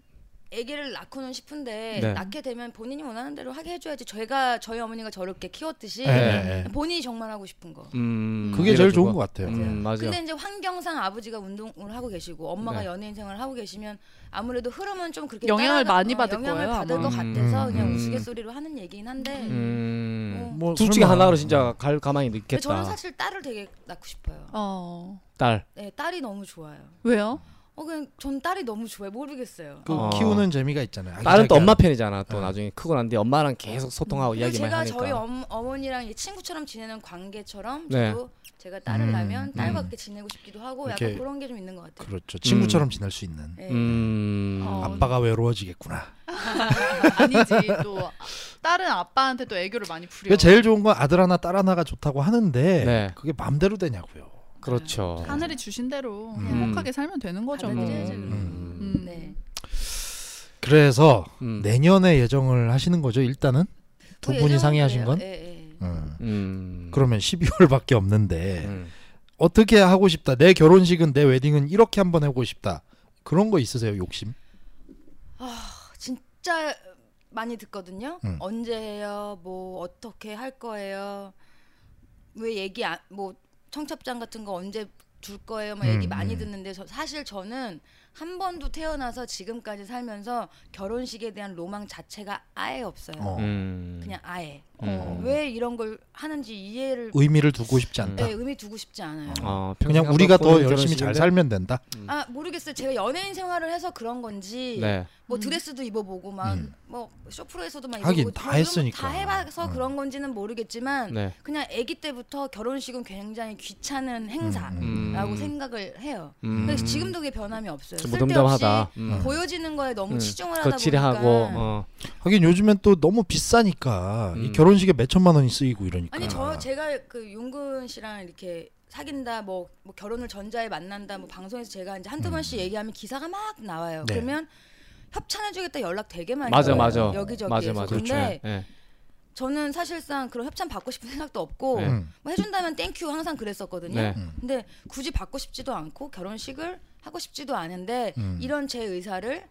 Speaker 7: 아기를 낳고는 싶은데
Speaker 4: 네.
Speaker 7: 낳게 되면 본인이 원하는 대로 하게 해줘야지 저희가 저희 어머니가 저렇게 키웠듯이
Speaker 6: 네, 네.
Speaker 7: 본인이 정말 하고 싶은 거
Speaker 4: 음.
Speaker 6: 그게 제일 좋은
Speaker 4: 그래가지고.
Speaker 6: 것 같아요.
Speaker 4: 음, 맞아요.
Speaker 7: 근데 이제 환경상 아버지가 운동을 하고 계시고 엄마가
Speaker 4: 네.
Speaker 7: 연예인 생활을 하고 계시면 아무래도 흐름은 좀 그렇게
Speaker 5: 영향을
Speaker 7: 따라가-
Speaker 5: 많이
Speaker 7: 어,
Speaker 5: 받을
Speaker 7: 영향을
Speaker 5: 거예요,
Speaker 7: 받을
Speaker 5: 아마.
Speaker 7: 것 같아서
Speaker 6: 음.
Speaker 7: 그냥
Speaker 4: 음.
Speaker 7: 우스갯소리로 하는 얘기긴 한데
Speaker 4: 음.
Speaker 6: 뭐
Speaker 4: 둘 중에
Speaker 6: 설마.
Speaker 4: 하나로 진짜 갈 가만히
Speaker 7: 어. 근데 저는
Speaker 4: 있겠다.
Speaker 7: 사실 딸을 되게 낳고 싶어요.
Speaker 5: 어
Speaker 4: 딸.
Speaker 7: 네, 딸이 너무 좋아요.
Speaker 5: 왜요?
Speaker 7: 어 그냥 전 딸이 너무 좋아요. 모르겠어요.
Speaker 6: 그
Speaker 4: 어.
Speaker 6: 키우는 재미가 있잖아요.
Speaker 4: 딸은 또
Speaker 6: 아기자기한-
Speaker 4: 엄마 편이잖아. 또
Speaker 6: 네.
Speaker 4: 나중에 크고 난 뒤에 엄마랑 계속 소통하고
Speaker 7: 그리고
Speaker 4: 이야기만
Speaker 7: 제가
Speaker 4: 하니까.
Speaker 7: 저희 엄, 어머니랑 이 친구처럼 지내는 관계처럼
Speaker 4: 네.
Speaker 7: 저도 제가 딸을
Speaker 6: 음,
Speaker 7: 낳으면 딸과
Speaker 6: 음.
Speaker 7: 그렇게 지내고 싶기도 하고
Speaker 6: 이렇게-
Speaker 7: 약간 그런 게 좀 있는 것 같아요.
Speaker 6: 그렇죠. 친구처럼 지낼 수 있는
Speaker 7: 네.
Speaker 4: 음.
Speaker 5: 어.
Speaker 6: 아빠가 외로워지겠구나.
Speaker 5: 아니지 또 딸은 아빠한테 또 애교를 많이 부려.
Speaker 6: 그게 제일 좋은 건 아들 하나 딸 하나가 좋다고 하는데
Speaker 4: 네.
Speaker 6: 그게 맘대로 되냐고요.
Speaker 7: 네.
Speaker 4: 그렇죠.
Speaker 5: 하늘이 주신 대로
Speaker 6: 음.
Speaker 5: 행복하게 살면 되는 거죠. 뭐.
Speaker 7: 받아들여야죠.
Speaker 4: 음.
Speaker 5: 음.
Speaker 7: 네.
Speaker 6: 그래서
Speaker 4: 음.
Speaker 6: 네. 내년에 예정을 하시는 거죠 일단은 두
Speaker 7: 그
Speaker 6: 분이
Speaker 7: 예정이에요.
Speaker 6: 상의하신 건?
Speaker 7: 예, 예.
Speaker 6: 음.
Speaker 4: 음.
Speaker 6: 그러면 12월밖에 없는데
Speaker 4: 음.
Speaker 6: 어떻게 하고 싶다. 내 결혼식은 내 웨딩은 이렇게 한번 하고 싶다. 그런 거 있으세요? 욕심?
Speaker 7: 진짜 많이 듣거든요.
Speaker 6: 음.
Speaker 7: 언제 해요? 뭐 어떻게 할 거예요? 왜 얘기 안, 뭐 청첩장 같은 거 언제 줄 거예요? 막
Speaker 6: 음,
Speaker 7: 얘기 많이
Speaker 6: 음.
Speaker 7: 듣는데 저, 사실 저는 한 번도 태어나서 지금까지 살면서 결혼식에 대한 로망 자체가 아예 없어요.
Speaker 6: 어.
Speaker 4: 음.
Speaker 7: 그냥 아예 어.
Speaker 4: 음.
Speaker 7: 왜 이런 걸 하는지 이해를
Speaker 6: 의미를 두고 싶지 않다.
Speaker 7: 네, 의미 두고 싶지 않아요.
Speaker 4: 어, 평생
Speaker 6: 그냥
Speaker 4: 한번
Speaker 6: 우리가 더
Speaker 4: 보는
Speaker 6: 열심히 잘
Speaker 4: 결혼식인데?
Speaker 6: 살면 된다.
Speaker 7: 아 모르겠어요. 제가 연예인 생활을 해서 그런 건지
Speaker 4: 네.
Speaker 7: 뭐
Speaker 5: 음.
Speaker 7: 드레스도 입어보고 막
Speaker 6: 음.
Speaker 7: 뭐 쇼프로에서도 막
Speaker 6: 하긴
Speaker 7: 입어보고
Speaker 6: 다
Speaker 7: 뭐 이런
Speaker 6: 했으니까.
Speaker 7: 다 해봐서
Speaker 6: 음.
Speaker 7: 그런 건지는 모르겠지만
Speaker 4: 어. 네.
Speaker 7: 그냥 아기 때부터 결혼식은 굉장히 귀찮은 행사라고
Speaker 4: 음.
Speaker 7: 생각을 해요.
Speaker 4: 음.
Speaker 7: 그래서 지금도 그게 변함이 없어요.
Speaker 4: 좀
Speaker 7: 쓸데없이
Speaker 4: 무덤덤하다. 음.
Speaker 7: 보여지는 거에 너무
Speaker 4: 음.
Speaker 7: 치중을 하다
Speaker 4: 거칠하고
Speaker 7: 보니까
Speaker 4: 어.
Speaker 6: 하긴 요즘엔 또 너무 비싸니까 이
Speaker 4: 음.
Speaker 6: 결혼식에 몇 천만 원이 쓰이고 이러니까.
Speaker 7: 아니 저 제가 그 용근 씨랑 이렇게 사귄다 뭐, 뭐 결혼을 전자에 만난다 뭐 방송에서 제가 이제
Speaker 4: 음.
Speaker 7: 한두 번씩 얘기하면 기사가 막 나와요.
Speaker 6: 네.
Speaker 7: 그러면 협찬해주겠다 연락 되게 많이
Speaker 4: 맞아
Speaker 7: 와요.
Speaker 4: 맞아.
Speaker 7: 여기저기에서 그렇죠.
Speaker 4: 맞아
Speaker 7: 네.
Speaker 4: 맞아.
Speaker 7: 근데
Speaker 4: 예.
Speaker 7: 저는 사실상 그런 협찬 받고 싶은 생각도 없고
Speaker 4: 네.
Speaker 6: 음.
Speaker 7: 뭐 해준다면 땡큐 항상 그랬었거든요.
Speaker 4: 네.
Speaker 7: 근데 굳이 받고 싶지도 않고 결혼식을 하고 싶지도 않은데
Speaker 6: 음.
Speaker 7: 이런 제 의사를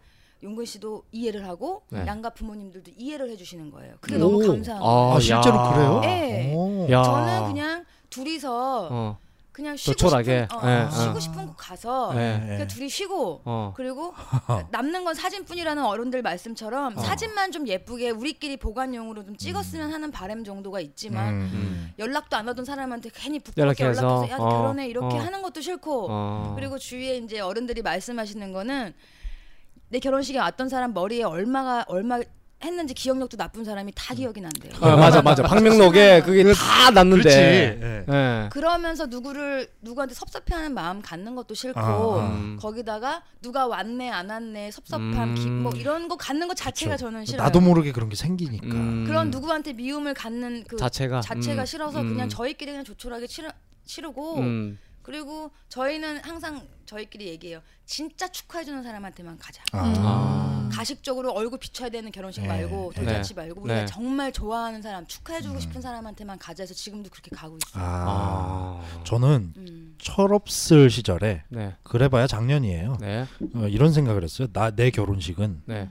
Speaker 7: 용근 씨도 이해를 하고
Speaker 4: 네.
Speaker 7: 양가 부모님들도 이해를 해주시는 거예요. 그게
Speaker 6: 오.
Speaker 7: 너무 감사한 거예요.
Speaker 6: 아,
Speaker 4: 야.
Speaker 6: 실제로 그래요?
Speaker 7: 예.
Speaker 6: 오.
Speaker 4: 야.
Speaker 7: 음. 저는 그냥 둘이서
Speaker 4: 아. 어.
Speaker 7: 그냥 쉬고
Speaker 4: 조촐하게.
Speaker 7: 싶은,
Speaker 4: 예,
Speaker 7: 어, 쉬고 싶은 곳 가서
Speaker 4: 예.
Speaker 7: 그냥 둘이 쉬고
Speaker 4: 어.
Speaker 7: 그리고 남는 건 사진뿐이라는 어른들 말씀처럼 사진만 좀 예쁘게 우리끼리 보관용으로 좀 찍었으면 하는 바람 정도가 있지만
Speaker 4: 음.
Speaker 7: 연락도 안 하던 사람한테 괜히 부끄럽게
Speaker 4: 연락해서,
Speaker 7: 연락해서 야
Speaker 4: 어,
Speaker 7: 결혼해 이렇게
Speaker 4: 어.
Speaker 7: 하는 것도 싫고
Speaker 4: 어.
Speaker 7: 그리고 주위에 이제 어른들이 말씀하시는 거는 내 결혼식에 왔던 사람 머리에 얼마가 얼마 했는지 기억력도 나쁜 사람이 다 기억이 난대요.
Speaker 4: 어, 맞아 맞아. 방명록에 그게 다
Speaker 1: 그렇지.
Speaker 4: 났는데.
Speaker 1: 예.
Speaker 4: 예.
Speaker 7: 그러면서 누구를 누구한테 섭섭해하는 마음 갖는 것도 싫고
Speaker 6: 아, 아.
Speaker 4: 음.
Speaker 7: 거기다가 누가 왔네 안 왔네 섭섭함
Speaker 4: 음.
Speaker 7: 기- 뭐 이런 거 갖는 것 자체가 저는 싫어요.
Speaker 6: 나도 모르게 그런 게 생기니까.
Speaker 4: 음.
Speaker 7: 그러니까 그런 누구한테 미움을 갖는 그
Speaker 4: 자체가
Speaker 7: 자체가
Speaker 4: 음.
Speaker 7: 싫어서
Speaker 4: 음.
Speaker 7: 그냥 저희끼리 그냥 조촐하게 치르, 치르고
Speaker 4: 음.
Speaker 7: 그리고 저희는 항상 저희끼리 얘기해요. 진짜 축하해주는 사람한테만 가자.
Speaker 5: 음.
Speaker 4: 아.
Speaker 7: 가식적으로 얼굴 비춰야 되는 결혼식
Speaker 6: 네. 음.
Speaker 7: 말고
Speaker 4: 네.
Speaker 7: 돌잔치 말고 우리가
Speaker 4: 네.
Speaker 7: 정말 좋아하는 사람 축하해주고 싶은 사람한테만 가자 해서 지금도 그렇게 가고 있어요.
Speaker 6: 아.
Speaker 4: 아.
Speaker 6: 저는
Speaker 7: 음.
Speaker 6: 철없을 시절에
Speaker 4: 네.
Speaker 6: 그래봐야 작년이에요.
Speaker 4: 네.
Speaker 6: 어, 이런 생각을 했어요. 나 내 결혼식은
Speaker 4: 네.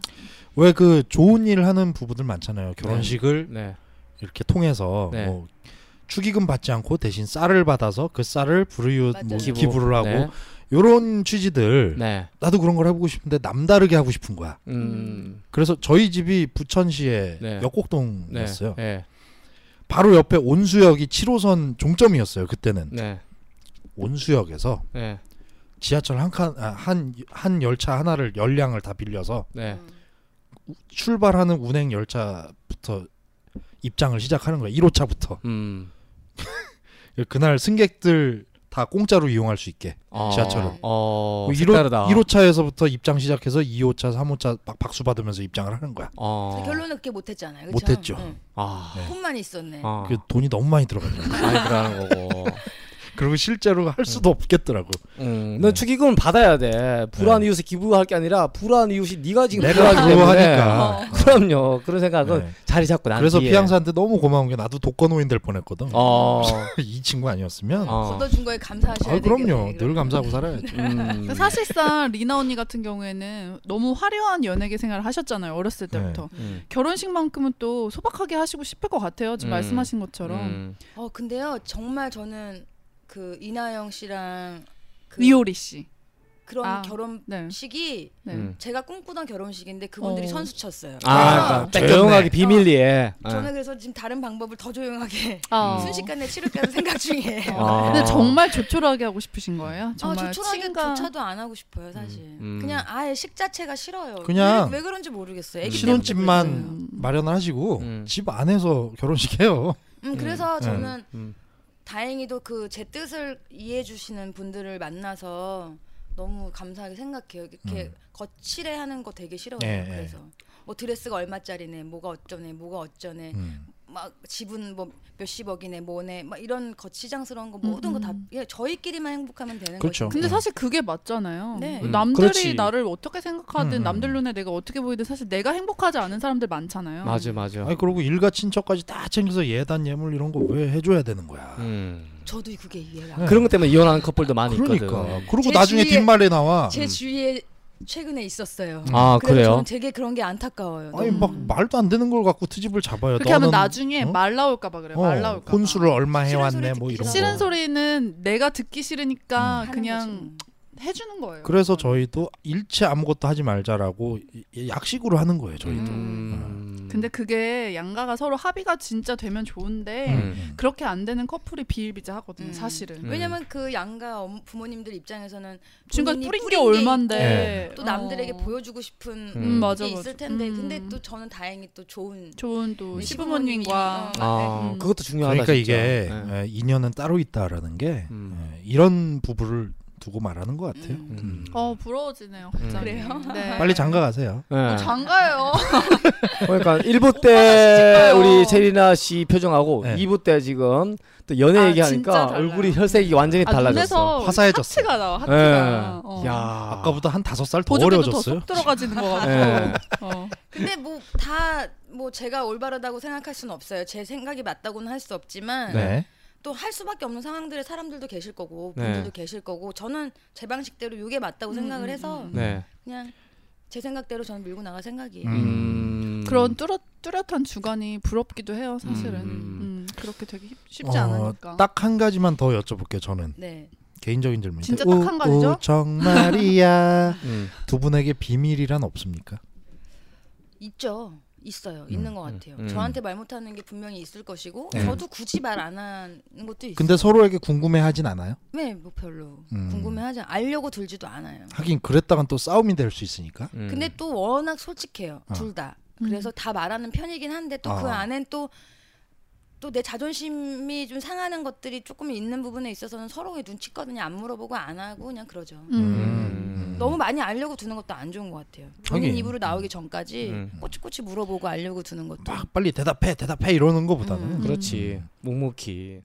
Speaker 6: 왜 그 좋은 일 하는 부부들 많잖아요. 결혼식을
Speaker 4: 네.
Speaker 6: 이렇게 통해서
Speaker 4: 네.
Speaker 6: 뭐 축의금 받지 않고 대신 쌀을 받아서 그 쌀을 불우유
Speaker 7: 맞아요.
Speaker 6: 뭐
Speaker 7: 기부.
Speaker 6: 기부. 를 하고
Speaker 4: 네.
Speaker 6: 요런 취지들
Speaker 4: 네.
Speaker 6: 나도 그런 걸 해보고 싶은데 남다르게 하고 싶은 거야.
Speaker 4: 음.
Speaker 6: 그래서 저희 집이 부천시의
Speaker 4: 네. 네.
Speaker 6: 역곡동이었어요.
Speaker 4: 네.
Speaker 6: 바로 옆에 온수역이 7호선 종점이었어요. 그때는
Speaker 4: 네.
Speaker 6: 온수역에서
Speaker 4: 네.
Speaker 6: 지하철 한칸한한 한 열차 하나를 열량을 다 빌려서
Speaker 4: 네.
Speaker 7: 음.
Speaker 6: 출발하는 운행 열차부터 입장을 시작하는 거예요. 1호차부터
Speaker 4: 음.
Speaker 6: 그날 승객들 다 공짜로 이용할 수 있게
Speaker 4: 어.
Speaker 6: 지하철로.
Speaker 4: 어.
Speaker 6: 그 1호,
Speaker 4: 색다르다.
Speaker 6: 1호차에서부터 입장 시작해서 2호차, 3호차 막 박수 받으면서 입장을 하는 거야.
Speaker 4: 어.
Speaker 7: 근데 결론은 그렇게 못했잖아요. 그쵸?
Speaker 6: 못했죠.
Speaker 7: 응.
Speaker 4: 아.
Speaker 6: 네.
Speaker 7: 혼만 있었네.
Speaker 4: 어.
Speaker 6: 그 돈이 너무 많이 들어가요.
Speaker 4: 많이 들어가는 거고.
Speaker 6: 그리고 실제로 할
Speaker 4: 네.
Speaker 6: 수도 없겠더라고.
Speaker 4: 음. 넌 축의금은 받아야 돼. 불안
Speaker 6: 네.
Speaker 4: 이웃에 기부할 게 아니라 불안 이웃이 네가 지금
Speaker 6: 내가
Speaker 4: 불안하기
Speaker 6: 그거
Speaker 4: 때문에. 어,
Speaker 6: 하니까.
Speaker 4: 그럼요. 그런 생각은
Speaker 6: 네.
Speaker 4: 자리 잡고 난
Speaker 6: 그래서
Speaker 4: 뒤에.
Speaker 6: 피양사한테 너무 고마운 게 나도 독거노인 될 뻔했거든.
Speaker 4: 예. 어.
Speaker 6: 이 친구 아니었으면.
Speaker 4: 어.
Speaker 7: 걷어준 거에 감사하셔야
Speaker 6: 아, 그럼요.
Speaker 7: 되겠네,
Speaker 6: 늘 감사하고 살아야죠.
Speaker 4: 음.
Speaker 5: 그러니까 사실상 리나 언니 같은 경우에는 너무 화려한 연예계 생활을 하셨잖아요. 어렸을 때부터.
Speaker 4: 음.
Speaker 5: 결혼식만큼은 또 소박하게 하시고 싶을 것 같아요.
Speaker 4: 음.
Speaker 5: 지금 말씀하신 것처럼.
Speaker 4: 음.
Speaker 7: 어 근데요 정말 저는 그 이나영 씨랑 그
Speaker 5: 위오리 씨.
Speaker 7: 그런
Speaker 5: 아.
Speaker 7: 결혼
Speaker 5: 네.
Speaker 7: 식이
Speaker 5: 네.
Speaker 4: 음.
Speaker 7: 제가 꿈꾸던 결혼식인데 그분들이
Speaker 5: 어.
Speaker 7: 선수 쳤어요.
Speaker 4: 아, 그러니까 조용하게 비밀리에. 아,
Speaker 7: 저는 그래서 지금 다른 방법을 더 조용하게
Speaker 5: 아.
Speaker 7: 순식간에 치를까 생각 중이에요.
Speaker 4: 아.
Speaker 5: 근데 정말 조촐하게 하고 싶으신 거예요?
Speaker 7: 아,
Speaker 5: 정말
Speaker 7: 조촐하게
Speaker 5: 친가-
Speaker 7: 조차도 안 하고 싶어요, 사실.
Speaker 4: 음.
Speaker 7: 그냥 아예 식 자체가 싫어요.
Speaker 6: 그냥
Speaker 7: 왜, 왜 그런지 모르겠어요. 애기 때부터
Speaker 6: 신혼집만
Speaker 7: 그랬어요.
Speaker 6: 마련을 하시고
Speaker 4: 음.
Speaker 6: 집 안에서 결혼식 해요.
Speaker 7: 음, 그래서 저는
Speaker 4: 음.
Speaker 7: 다행히도 그 제 뜻을 이해해 주시는 분들을 만나서 너무 감사하게 생각해요. 이렇게 거칠해 하는 거 되게 싫어요.
Speaker 6: 예, 예.
Speaker 7: 그래서 뭐 드레스가 얼마짜리네, 뭐가 어쩌네, 뭐가 어쩌네,
Speaker 6: 음.
Speaker 7: 막 지분 뭐 몇십억이네 뭐네 막 이런 거치장스러운 거 모든 거 다 예,
Speaker 5: 음.
Speaker 7: 저희끼리만 행복하면 되는
Speaker 2: 그렇죠. 음.
Speaker 5: 근데 사실 그게 맞잖아요.
Speaker 7: 네.
Speaker 6: 어. 음,
Speaker 5: 남들이
Speaker 4: 그렇지.
Speaker 5: 나를 어떻게 생각하든
Speaker 6: 음, 음.
Speaker 5: 남들 눈에 내가 어떻게 보이든 사실 내가 행복하지 않은 사람들 많잖아요.
Speaker 4: 맞아 맞아.
Speaker 6: 아니 그리고 일가 친척까지 다 챙겨서 예단 예물 이런 거 왜 해줘야 되는 거야?
Speaker 4: 음.
Speaker 7: 거죠. 저도 그게 이해가.
Speaker 6: 네.
Speaker 7: 안
Speaker 4: 그런 것 때문에 이혼하는 커플도 많이
Speaker 6: 그러니까.
Speaker 4: 있거든.
Speaker 6: 그리고
Speaker 7: 제
Speaker 6: 나중에
Speaker 7: 주위에-
Speaker 6: 뒷말에 나와.
Speaker 7: 제 주위에 최근에 있었어요.
Speaker 4: 아
Speaker 7: 그래서
Speaker 4: 그래요?
Speaker 7: 저는 되게 그런 게 안타까워요.
Speaker 6: 아니 막 말도 안 되는 걸 갖고 트집을 잡아요.
Speaker 5: 그렇게 하면
Speaker 6: 너는-
Speaker 5: 나중에
Speaker 6: 어?
Speaker 5: 말 나올까봐 그래. 요말
Speaker 6: 어,
Speaker 5: 나올까봐.
Speaker 6: 혼수를 얼마
Speaker 7: 싫은
Speaker 6: 해왔네
Speaker 7: 소리
Speaker 6: 뭐 이런
Speaker 7: 듣기
Speaker 6: 거.
Speaker 5: 싫은 소리는 내가 듣기 싫으니까
Speaker 7: 하는 거지,
Speaker 5: 그냥
Speaker 7: 뭐.
Speaker 5: 해주는 거예요.
Speaker 6: 음. 그래서 저희도 일체 아무것도 하지 말자라고 이- 이 약식으로 하는 거예요. 저희도.
Speaker 4: 음.
Speaker 5: 근데 그게 양가가 서로 합의가 진짜 되면 좋은데
Speaker 4: 음.
Speaker 5: 그렇게 안 되는 커플이 비일비재하거든요.
Speaker 7: 음.
Speaker 5: 사실은.
Speaker 4: 음.
Speaker 7: 왜냐면 그 양가 엄- 부모님들 입장에서는
Speaker 5: 지금까지
Speaker 7: 본인이
Speaker 5: 뿌린 게
Speaker 7: 게
Speaker 5: 얼만데
Speaker 6: 예.
Speaker 7: 또 남들에게
Speaker 5: 어.
Speaker 7: 보여주고 싶은
Speaker 4: 음.
Speaker 7: 게
Speaker 5: 음, 맞아, 맞아.
Speaker 7: 있을 텐데
Speaker 5: 음.
Speaker 7: 근데 또 저는 다행히 또 좋은
Speaker 5: 좋은 또 시부모님과
Speaker 7: 우리 네, 시부모님이, 어,
Speaker 4: 아
Speaker 5: 음.
Speaker 4: 그것도 중요하다.
Speaker 6: 그러니까
Speaker 4: 진짜.
Speaker 6: 이게
Speaker 4: 네.
Speaker 6: 예, 인연은 따로 있다라는 게
Speaker 4: 음.
Speaker 6: 예, 이런 부부를 두고 말하는 것 같아요.
Speaker 7: 음.
Speaker 4: 음.
Speaker 5: 어 부러워지네요. 갑자기.
Speaker 4: 음.
Speaker 7: 그래요?
Speaker 5: 네.
Speaker 6: 빨리 장가 가세요.
Speaker 4: 네.
Speaker 5: 어, 장가요.
Speaker 4: 그러니까
Speaker 5: 네.
Speaker 4: 1부
Speaker 5: 오빠가
Speaker 4: 때
Speaker 5: 시집가요.
Speaker 4: 우리 체리나 씨 표정하고
Speaker 6: 네.
Speaker 4: 이 2부 때 지금 또 연애
Speaker 5: 아, 진짜
Speaker 4: 얘기하니까
Speaker 5: 달라요.
Speaker 4: 얼굴이 혈색이 완전히
Speaker 5: 아,
Speaker 4: 달라졌어.
Speaker 5: 눈에서
Speaker 6: 네. 화사해졌어.
Speaker 5: 하트가 나와.
Speaker 4: 예.
Speaker 5: 하트가. 어.
Speaker 4: 야.
Speaker 6: 아까보다 한 다섯 살 더
Speaker 5: 보조개도 더
Speaker 6: 어려졌어요. 네. 음.
Speaker 5: 쏙 들어가지는 거 같고.
Speaker 4: 예.
Speaker 5: 어.
Speaker 7: 근데 뭐 다 뭐 제가 올바르다고 생각할 수는 없어요. 제 생각이 맞다고는 할 수 없지만
Speaker 6: 네.
Speaker 7: 또 할 수밖에 없는 상황들의 사람들도 계실 거고
Speaker 4: 네.
Speaker 7: 분들도 계실 거고 저는 제 방식대로 이게 맞다고
Speaker 5: 음,
Speaker 7: 생각을
Speaker 5: 음,
Speaker 7: 해서
Speaker 5: 음.
Speaker 4: 네.
Speaker 7: 그냥 제 생각대로 저는 밀고 나갈 생각이에요.
Speaker 6: 음.
Speaker 4: 음.
Speaker 5: 그런 뚜렷, 뚜렷한 주관이 부럽기도 해요. 사실은.
Speaker 4: 음.
Speaker 5: 음, 그렇게 되게 쉽- 쉽지
Speaker 6: 어,
Speaker 5: 않으니까.
Speaker 6: 딱 한 가지만 더 여쭤볼게요. 저는
Speaker 7: 네.
Speaker 6: 개인적인 질문인데.
Speaker 5: 진짜 딱한 가지죠?
Speaker 6: 우, 정말이야.
Speaker 4: 음.
Speaker 6: 두 분에게 비밀이란 없습니까?
Speaker 7: 있죠. 있어요.
Speaker 6: 음,
Speaker 7: 있는 것 같아요.
Speaker 4: 음.
Speaker 7: 저한테 말 못하는 게 분명히 있을 것이고
Speaker 6: 네.
Speaker 7: 저도 굳이 말 안 하는 것도 있어요.
Speaker 6: 근데 서로에게 궁금해하진 않아요.
Speaker 7: 네, 뭐 별로
Speaker 6: 음.
Speaker 7: 궁금해하지 않- 알려고 들지도 않아요.
Speaker 6: 하긴 그랬다간 또 싸움이 될 수 있으니까.
Speaker 4: 음.
Speaker 7: 근데 또 워낙 솔직해요.
Speaker 6: 어.
Speaker 7: 둘 다.
Speaker 5: 음.
Speaker 7: 그래서 다 말하는 편이긴 한데 또 그
Speaker 6: 아.
Speaker 7: 안엔 또 또 내 자존심이 좀 상하는 것들이 조금 있는 부분에 있어서는 서로의 눈치껏 그냥 안 물어보고 안 하고 그냥 그러죠.
Speaker 5: 음.
Speaker 4: 음.
Speaker 7: 너무 많이 알려고 두는 것도 안 좋은 것 같아요. 본인
Speaker 6: 하긴.
Speaker 7: 입으로 나오기 전까지
Speaker 4: 음.
Speaker 7: 꼬치꼬치 물어보고 알려고 두는 것도
Speaker 6: 막 빨리 대답해 대답해 이러는 것보다는
Speaker 5: 음.
Speaker 4: 그렇지. 묵묵히.